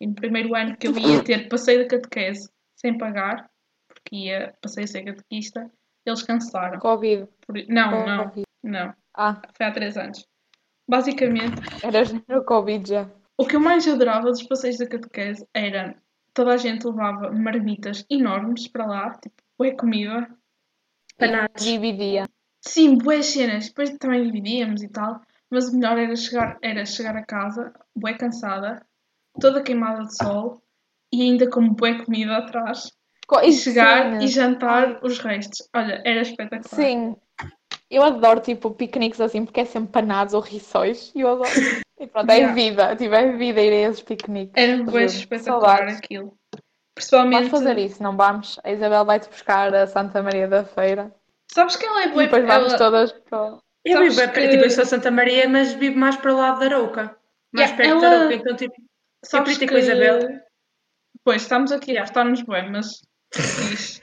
A: E no primeiro ano que eu ia ter passeio da catequese sem pagar, porque ia passeio sem catequista, eles cancelaram.
C: Covid.
A: Por-
B: Oh.
A: Não, não,
C: Covid.
A: não.
C: Ah,
A: Foi há três anos. Basicamente,
C: era no Covid já.
A: o que eu mais adorava dos passeios da catequese era toda a gente levava marmitas enormes para lá, tipo, bué comida,
B: Panados.
C: Dividia.
A: Sim, boas cenas. Depois também dividíamos e tal. Mas o melhor era chegar, era chegar a casa, bué cansada, toda queimada de sol e ainda com bué comida atrás.
C: Co-
A: E
C: isso
A: chegar
C: sim.
A: e jantar os restos. Olha, era espetacular.
C: Sim. Eu adoro, tipo, piqueniques assim, porque é sempre panados ou rissóis. E eu adoro. E pronto, é
A: Yeah.
C: vida. Tipo, é vida ir a esses piqueniques.
A: Era bué
C: Juro.
A: espetacular né?
C: Saudades.
A: aquilo.
C: Vamos
A: Principalmente,
C: fazer isso, não vamos? A Isabel vai-te buscar a Santa Maria da Feira.
A: sabes que ela é
C: E
A: bué...
C: depois vamos
A: ela-
C: todas para...
B: Eu
A: Sabes
B: vivo bem perto,
A: que-
B: tipo, eu sou de Santa Maria, mas vivo mais para o lado da Arouca. Mais
A: Yeah,
B: perto da
A: ela-
B: Arouca, então tipo,
A: sabes
B: Prita e com a Isabel.
A: Pois, estamos aqui a
B: Yeah.
A: gostar-nos bué, mas... Diz.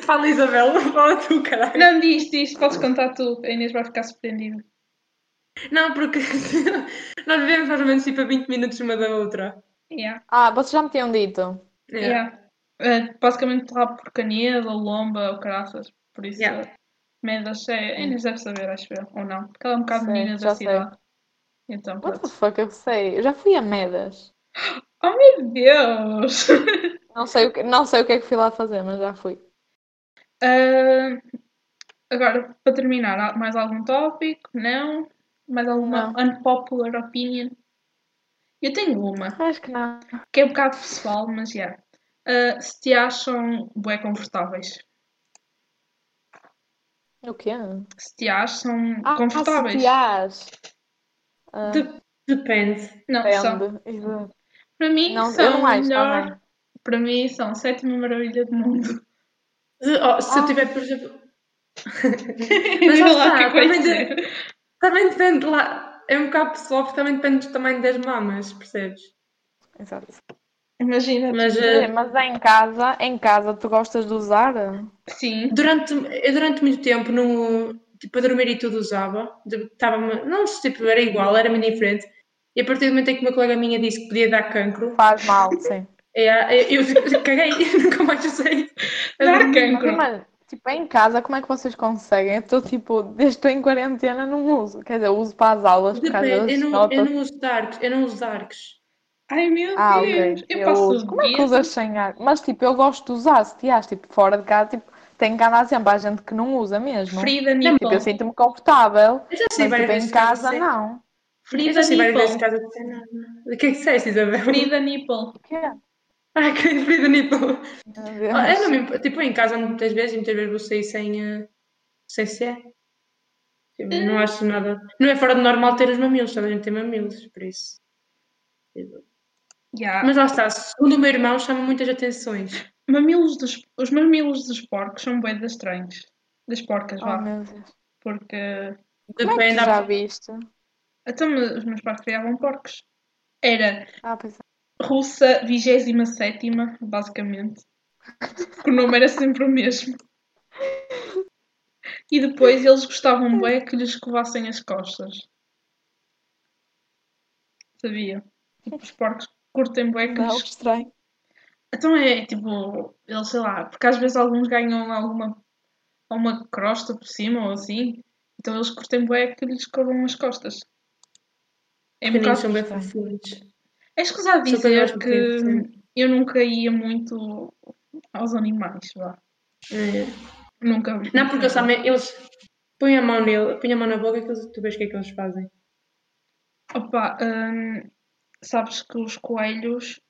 B: fala Isabel, não fala tu, caralho. Não,
A: Não, diz, diz, podes contar tu. A Inês vai ficar surpreendida.
B: porque nós vivemos mais ou menos tipo a 20 minutos uma da outra.
A: Yeah.
C: Ah, vocês já me tinham dito.
B: É.
A: Yeah. É, basicamente lá por Caneda, Lomba ou Caraças, por isso
B: Yeah.
A: yeah. Mendas é, a Inês deve saber, acho eu, ou não, porque ela é um bocado
C: Sei,
A: menina da
C: já sei.
A: cidade. Então,
C: What the
A: pronto.
C: fuck, eu sei. Eu já fui a Medas.
A: Oh meu Deus!
C: Não sei o que, não sei o que é que fui lá fazer, mas já fui.
A: Ah, agora, para terminar, há mais algum tópico? Não? Mais alguma unpopular opinion? Eu tenho uma,
C: Acho que não.
A: que é um bocado pessoal, mas já. ah, se te acham bué confortáveis.
C: O quê?
A: Se te acham
C: Ah,
A: confortáveis.
C: sutiãs. Ah,
B: De- Depende.
A: Não, são.
C: depende. Exato.
A: Para mim
C: Não,
A: são
C: eu não acho tá
A: melhor.
C: também.
A: Para mim são a sétima maravilha do mundo.
B: Se, oh, se
C: Ah.
B: eu tiver, por exemplo.
A: Mas
B: lá
A: lá
B: está,
A: que eu vou
B: também
A: dizer.
B: Também depende lá. É um bocado pessoal, porque também depende do tamanho das mamas, percebes?
C: Exato.
A: Imagina,
B: Mas
C: Olha,
B: eh,
C: Mas é em casa, em casa, tu gostas de usar?
A: sim,
B: durante, eu durante muito tempo, no, tipo, a dormir e tudo usava. Estava não sei, tipo, era igual, era-me diferente. E a partir do momento em que uma colega minha disse que podia dar cancro,
C: Faz mal, sim.
B: é, eu, eu caguei, nunca mais usei.
A: dar
B: Uhum.
C: Mas,
A: cancro.
C: mano, tipo, em casa, como é que vocês conseguem? Eu estou, tipo, desde que estou em quarentena, não uso. Quer dizer, eu uso para as aulas, por causa
B: Depende,
C: das
B: Tipo, eu não,
C: notas.
B: eu não uso darks, eu não uso darks.
A: Ai meu
C: Ah, ok.
A: Deus, eu
C: Eu
A: passo
C: uso.
A: o
C: Como é que
A: dia-
C: usas sem ar? Mas, tipo, eu gosto de usar, se tiás, tipo, fora de casa, tipo, tenho que andar sempre. Há gente que não usa mesmo.
A: Frida
C: Tipo, eu
A: Nipple.
C: sinto-me confortável,
B: Eu já sei
C: mas, tipo,
B: várias
C: em
B: vezes
C: casa,
B: sem-
C: não.
B: Eu
A: Frida
B: já sei várias vezes
A: Nipple.
B: casa sem nada. O que é que disseste, Isabel?
A: Frida Nipple.
C: O que é?
B: Ah, que Frida Nipple.
C: Meu Deus.
B: Ah, eu não me imp- Tipo, em casa muitas vezes, e muitas vezes vou sair sem, eh, sem CE. Tipo, Não acho nada. Não é fora do normal ter os mamilos, toda a gente tem mamilos, por isso.
A: Yeah.
B: Mas lá está, segundo o meu irmão, chama muitas atenções.
A: Mamilos dos, os mamilos dos porcos são bué de estranhos. Das porcas,
C: Oh,
A: vá.
C: meu Deus.
A: Porque.
C: Como é que
B: Depende,
C: tu já
B: há,
C: viste?
A: Até me- os meus pais criavam porcos. Era
C: Ah, pois é.
A: russa 27, basicamente. Que o nome era sempre o mesmo. E depois eles gostavam bué que lhes escovassem as costas. Sabia? Tipo, os porcos curtem bué que
C: Não,
A: lhes
C: que estranho.
A: Então é tipo, eles sei lá, porque às vezes alguns ganham alguma uma crosta por cima ou assim, então eles curtem bué que lhes cobram as costas. É um bocado.
B: pequeninos, são bem
C: estranho.
B: fofinhos.
A: É escusado
B: Só para nós
A: dizer que
B: pequeninos,
A: eu nunca ia muito aos animais, vá.
B: É.
A: Nunca.
B: Não, porque eles sabem, eles põem a mão nele, põem a mão na boca e eles- tu vês o que é que eles fazem.
A: Opa, hum, sabes que os coelhos,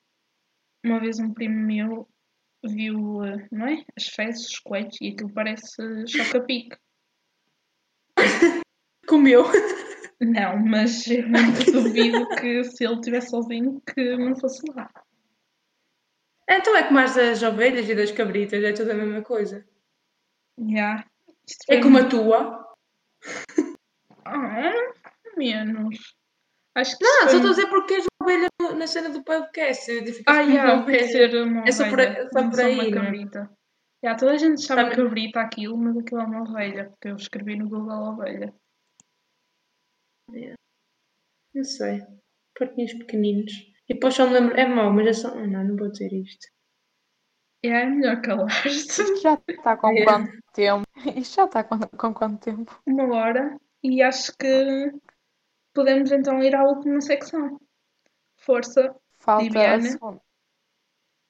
A: uma vez um primo meu viu, eh, não é? As fezes, os coelhos, e aquilo parece choca-pique.
B: Comeu.
A: Não, mas eu duvido que se ele estivesse sozinho que não fosse lá.
B: Então é como as das ovelhas e das cabritas, é tudo a mesma coisa.
A: Já. Isto
B: É
A: foi-
B: como a tua.
A: Ah, menos. Acho que
B: Não,
A: isto
B: só
A: foi-
B: estou a dizer porque és uma ovelha no- na cena do podcast. eu fico assim
A: Ah,
B: como
A: já,
B: uma ovelha.
A: ser uma
B: É só por-
A: ovelha,
B: é só
A: não
B: por
A: só
B: aí,
A: uma
B: não é?
A: cabrita. Já, toda a gente chama
B: Também-
A: cabrita aquilo, mas aquilo é uma ovelha, porque eu escrevi no Google ovelha.
B: Não sei. Porquinhos pequeninos. E depois só me lembro. É mau, mas é só. Ah, Não, não vou dizer isto.
A: É, é melhor calar-se.
C: Isto já está com
B: É.
C: quanto tempo? Isto já está com, com quanto tempo?
A: Uma hora. E acho que podemos então ir à última secção. Força.
C: Falta
A: Viviane?
C: a segunda.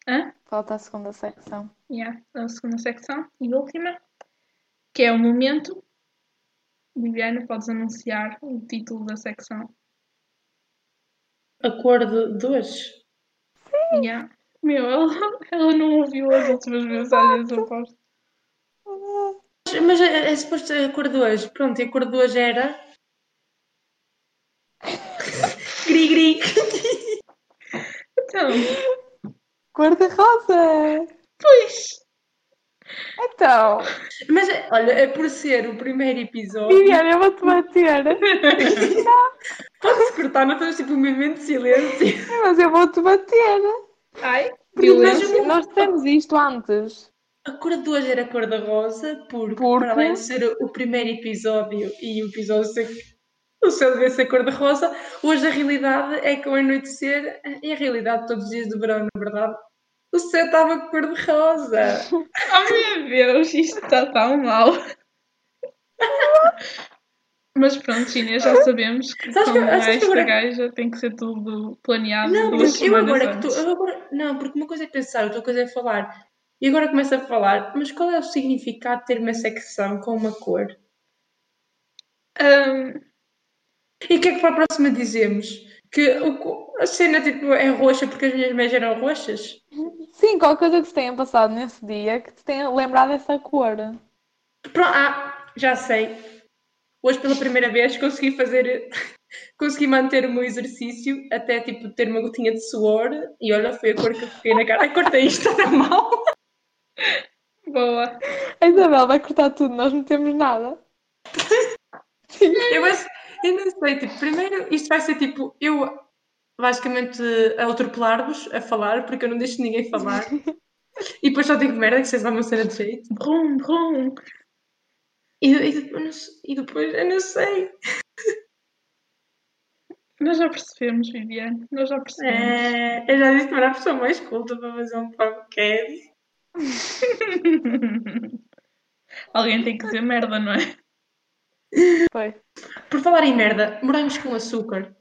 A: Hã?
C: Falta a segunda secção.
A: Yeah, é a segunda secção e última, que é o momento. Viviana, podes anunciar o título da secção.
B: Acordo de hoje.
A: Yeah. Meu, ela, ela não ouviu as últimas mensagens, eu aposto.
B: Mas, mas é, é suposto acordo de hoje. Pronto, e acordo de hoje era. gri gri.
A: Então,
C: Cor de rosa!
A: pois,
C: Então,
B: Mas é- olha, é por ser o primeiro episódio.
C: Viviane, eu vou-te bater.
B: Pode-se cortar, não fazes tipo um movimento de silêncio.
C: Mas eu vou-te bater.
A: ai,
B: Mas
A: violência.
B: eu-
C: Nós temos isto antes.
B: A cor de hoje era a cor da rosa, porque,
C: Porque?
B: para além de ser o primeiro episódio e o episódio ser o céu devia ser cor da rosa, hoje a realidade é que ao anoitecer, e a realidade todos os dias do verão, na verdade, o céu estava cor de rosa.
A: Oh meu Deus, isto está tão mal. Mas pronto, Gina, já sabemos que
B: Sabes que-
A: como é
B: sabes que
A: esta
B: agora-
A: gaja tem que ser tudo planeado
B: Não,
A: duas
B: porque eu
A: semanas
B: agora que
A: antes.
B: tu, eu agora, não, porque uma coisa é pensar, outra coisa é falar. E agora começo a falar, mas qual é o significado de ter uma secção com uma cor?
A: Ahm,
B: E o que é que para a próxima dizemos? Que o- a cena tipo, é roxa porque as minhas meias eram roxas.
C: Sim, qualquer coisa que se tenha passado nesse dia que te tenha lembrado dessa cor.
B: Pronto, ah, já sei. Hoje, pela primeira vez, consegui fazer. Consegui manter o meu exercício até tipo ter uma gotinha de suor e olha, foi a cor que eu fiquei na cara. Ai, cortei isto, está mal.
A: Boa.
C: A Isabel vai cortar tudo, nós não temos nada.
B: Eu, acho- eu não sei, tipo, primeiro, isto vai ser tipo, eu basicamente a atropelar-vos a falar, porque eu não deixo ninguém falar. E depois só digo merda, que vocês dão uma cena de jeito.
A: Brum, brum.
B: E, e depois, eu não sei- e depois, eu não sei.
A: Nós já percebemos, Viviane. Nós já percebemos.
B: É, eu já disse que era a pessoa mais culta para fazer um podcast.
A: Alguém tem que dizer merda, não é?
C: Foi.
B: Por falar em merda, morangos com açúcar.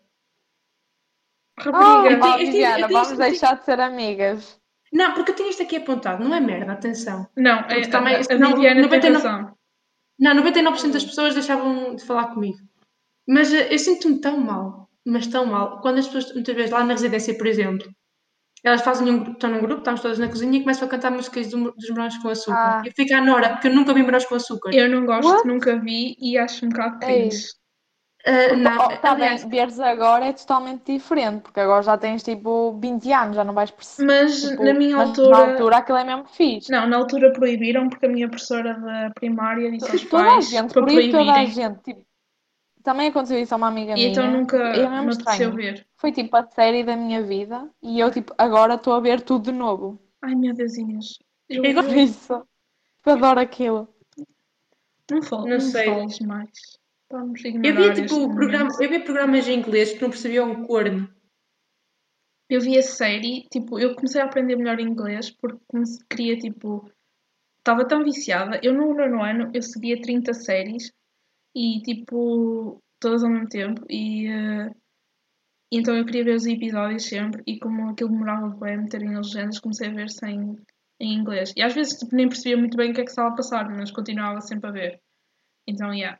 C: Oh,
A: Rapariga.
B: eu tenho- eu tenho-
C: Viviana,
B: eu tenho-
C: vamos
B: eu tenho-
C: deixar de ser amigas.
B: Não, porque eu tenho isto aqui apontado, não é merda, atenção.
A: não, a,
B: porque também-
A: a- a
B: não,
A: Viviane tem
B: 99
A: razão.
B: Não, 99% das pessoas deixavam de falar comigo. Mas eh, eu sinto-me tão mal, mas tão mal, quando as pessoas, muitas vezes, lá na residência, por exemplo, elas fazem um grupo, estão num grupo, estamos todas na cozinha e começam a cantar músicas do- dos morangos com açúcar.
C: Ah.
B: Eu fico à Nora, porque eu nunca vi morangos com açúcar.
A: Eu não gosto,
C: What? É
A: nunca vi e acho um bocado
C: Ei.
A: cringe.
B: Eh, não,
C: Oh, tá bem,
B: aliás,
C: veres agora é totalmente diferente, porque agora já tens tipo 20 anos, já não vais perceber.
A: Mas
C: tipo,
A: Hum, na minha
C: mas
A: altura.
C: Na altura aquilo é mesmo fixe.
A: Não, na altura proibiram porque a minha professora da primária disse aos
C: Toda a
A: pais
C: gente,
A: para
C: por isso toda a
A: proibirem.
C: gente. tipo, também aconteceu isso a uma amiga
A: E
C: minha.
A: então nunca
C: é
A: me
C: mesmo
A: apeteceu
C: estranho.
A: ver.
C: Foi tipo a série da minha vida e eu tipo agora estou a ver tudo de novo.
A: Ai meu Deus, Inês. Eu
B: Eu
C: Por isso. Eu adoro aquilo.
A: não falo,
B: Não
A: não,
B: sei.
A: fales mais. Vamos
B: eu
A: ignorar
B: via
A: este
B: tipo
A: momento.
B: programa, eu via programas em inglês que não percebiam um corno.
A: Eu via série, tipo, eu comecei a aprender melhor inglês porque comece- queria, tipo, estava tão viciada. Eu no nono ano eu seguia 30 séries e, tipo, todas ao mesmo tempo. E eh, e então eu queria ver os episódios sempre e como aquilo demorava bem meterem as legendas, comecei a ver sem em inglês. E às vezes tipo, nem percebia muito bem o que é que estava a passar, mas continuava sempre a ver. Então, yeah.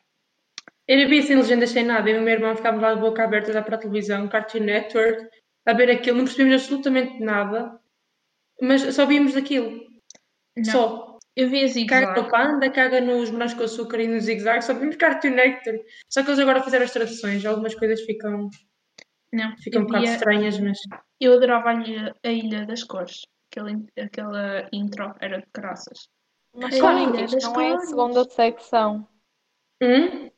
B: Eu via sem legendas, sem nada. Eu e o meu irmão ficávamos lá de boca aberta a olhar para a televisão, Cartoon Network, a ver aquilo. Não percebíamos absolutamente nada, mas só víamos aquilo.
A: Não.
B: Só.
A: Eu via
B: Caga
A: Zig-Zag.
B: no panda, caga nos morangos com açúcar e no zigue-zague, só vimos Cartoon Network. Só que eles agora fizeram as traduções. Algumas coisas ficam,
A: Não,
B: ficam um
A: eu
B: bocado
A: via-
B: estranhas, mas...
A: Eu adorava a Ilha, a Ilha das Cores. Aquela, in- aquela intro era de graças.
C: Mas
A: Ei,
C: sabem
A: olha,
C: que isto
A: das
C: não é a
A: cores.
C: segunda secção.
B: Hum?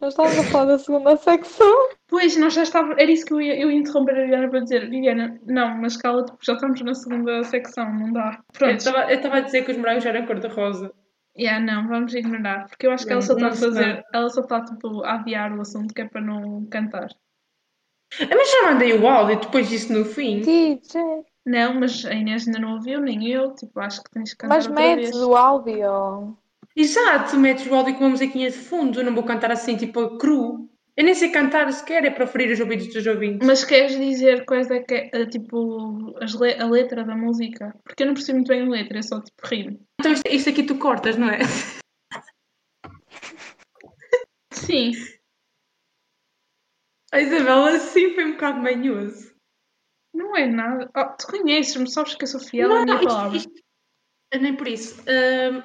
C: Nós estávamos a falar da segunda secção.
A: Pois, nós já estávamos. Era isso que eu ia, eu ia interromper a Viviana para dizer: Viviana, não, mas cala-te, porque já estamos na segunda secção, não dá.
B: Eu
A: Pronto,
B: estava eu estava a dizer que os morangos eram cor-de-rosa.
A: yeah, não, vamos ignorar, porque eu acho que ela só
B: Não,
A: está a
B: não
A: fazer. Ela só está tipo, a adiar o assunto que é para não cantar.
B: Ah, Mas já mandei o áudio depois disso no fim.
C: DJ.
A: Não, mas a Inês ainda não ouviu, nem eu, tipo, acho que tens que cantar.
C: Mas
A: outra
C: metes
A: vez.
C: o áudio.
B: Exato, metes o áudio com uma musiquinha de fundo, não vou cantar assim, tipo, cru. Eu nem sei cantar sequer, é para ferir os ouvidos dos ouvintes.
A: Mas queres dizer quais é que é, eh, tipo, as le- a letra da música? Porque eu não percebo muito bem a letra, é só tipo rimo.
B: Então isto, isto aqui tu cortas, não é?
A: Sim.
B: A Isabela assim foi um bocado manhoso.
A: Não é nada. Oh, tu conheces-me, sabes que eu sou fiel à minha palavra.
B: isto, isto- nem por isso. Ahm,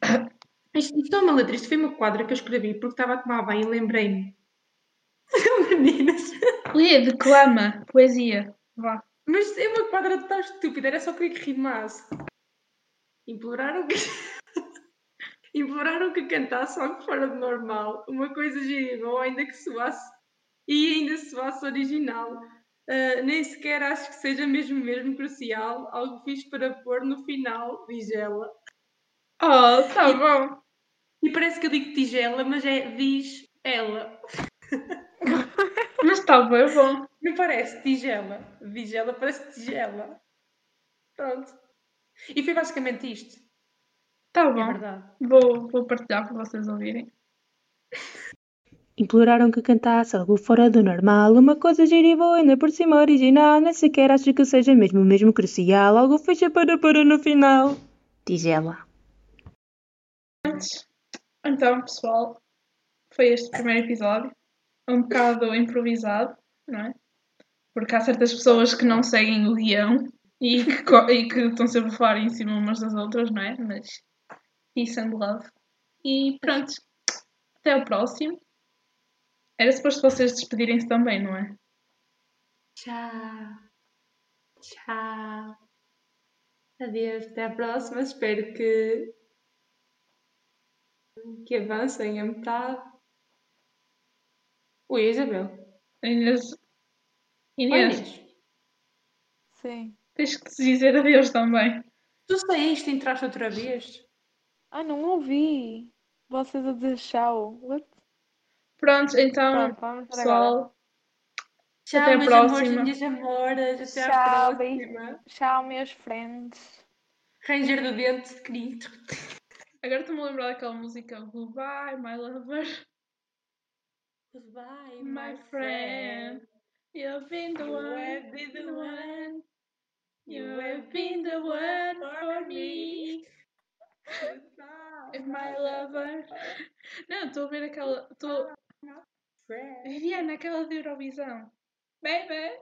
B: isto, isto é uma letra, isto foi uma quadra que eu escrevi porque estava a tomar banho e lembrei-me. Meninas,
A: Lê, declama, poesia. Vá.
B: mas é uma quadra tão estúpida, era só que eu que rimasse. Imploraram que. Imploraram que cantasse algo fora do normal, uma coisa gíria, ou ainda que soasse, e ainda soasse original. Ah, nem sequer acho que seja mesmo mesmo crucial, algo fixe para pôr no final, diz ela.
A: Oh, tá bom.
B: E parece que eu digo tigela, mas é diz ela.
A: Mas tá bem bom.
B: Não parece tigela. Diz ela, parece tigela. Pronto. E foi basicamente isto.
A: Tá
B: É
A: bom.
B: verdade.
A: Vou, vou partilhar para vocês ouvirem.
D: Imploraram que cantasse algo fora do normal, uma coisa gira e boa, ainda por cima original, nem sequer acho que seja mesmo mesmo crucial, algo fecha para pôr no final. Diz ela.
A: Então, pessoal, foi este primeiro episódio. Um bocado É improvisado, não é? Porque há certas pessoas que não seguem o guião e que, co- e que estão sempre a falar em cima umas das outras, não é? Mas peace and love. E pronto, até ao próximo. Era suposto vocês despedirem-se também, não é?
B: Tchau. Tchau. Adeus, até à próxima. Espero que, que avancem a metade. Ui, Isabel.
A: Inês,
B: Oi,
A: Inês
B: Inês.
C: Sim.
A: tens que te dizer adeus também.
B: Tu saíste e entraste outra vez?
C: Ah, não ouvi. Vocês a dizer tchau. What?
A: Pronto, então,
C: Pronto, vamos para agora.
A: pessoal,
B: Tchau,
A: Até à
B: meus
A: próxima.
B: amores e minhas amoras. Até à
C: Tchau,
B: próxima.
C: Tchau, meus friends.
B: Ranger do dente, querido.
A: agora estou-me a lembrar daquela música Goodbye, my lover.
B: Goodbye,
A: My friend, you've been the
B: You
A: one,
B: have been the
A: the
B: one.
A: one. You have been the one for me,
B: Goodbye,
A: my lover. Não, estou a ver aquela. Estou.
B: friend.
A: Viviana, aquela de Eurovisão. Baby,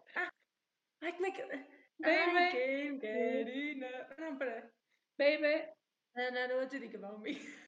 B: Ai, como é que. I
A: baby,
B: can't get enough. Não, pera.
A: baby.
B: Não, não, não, eu te digo, Valmir.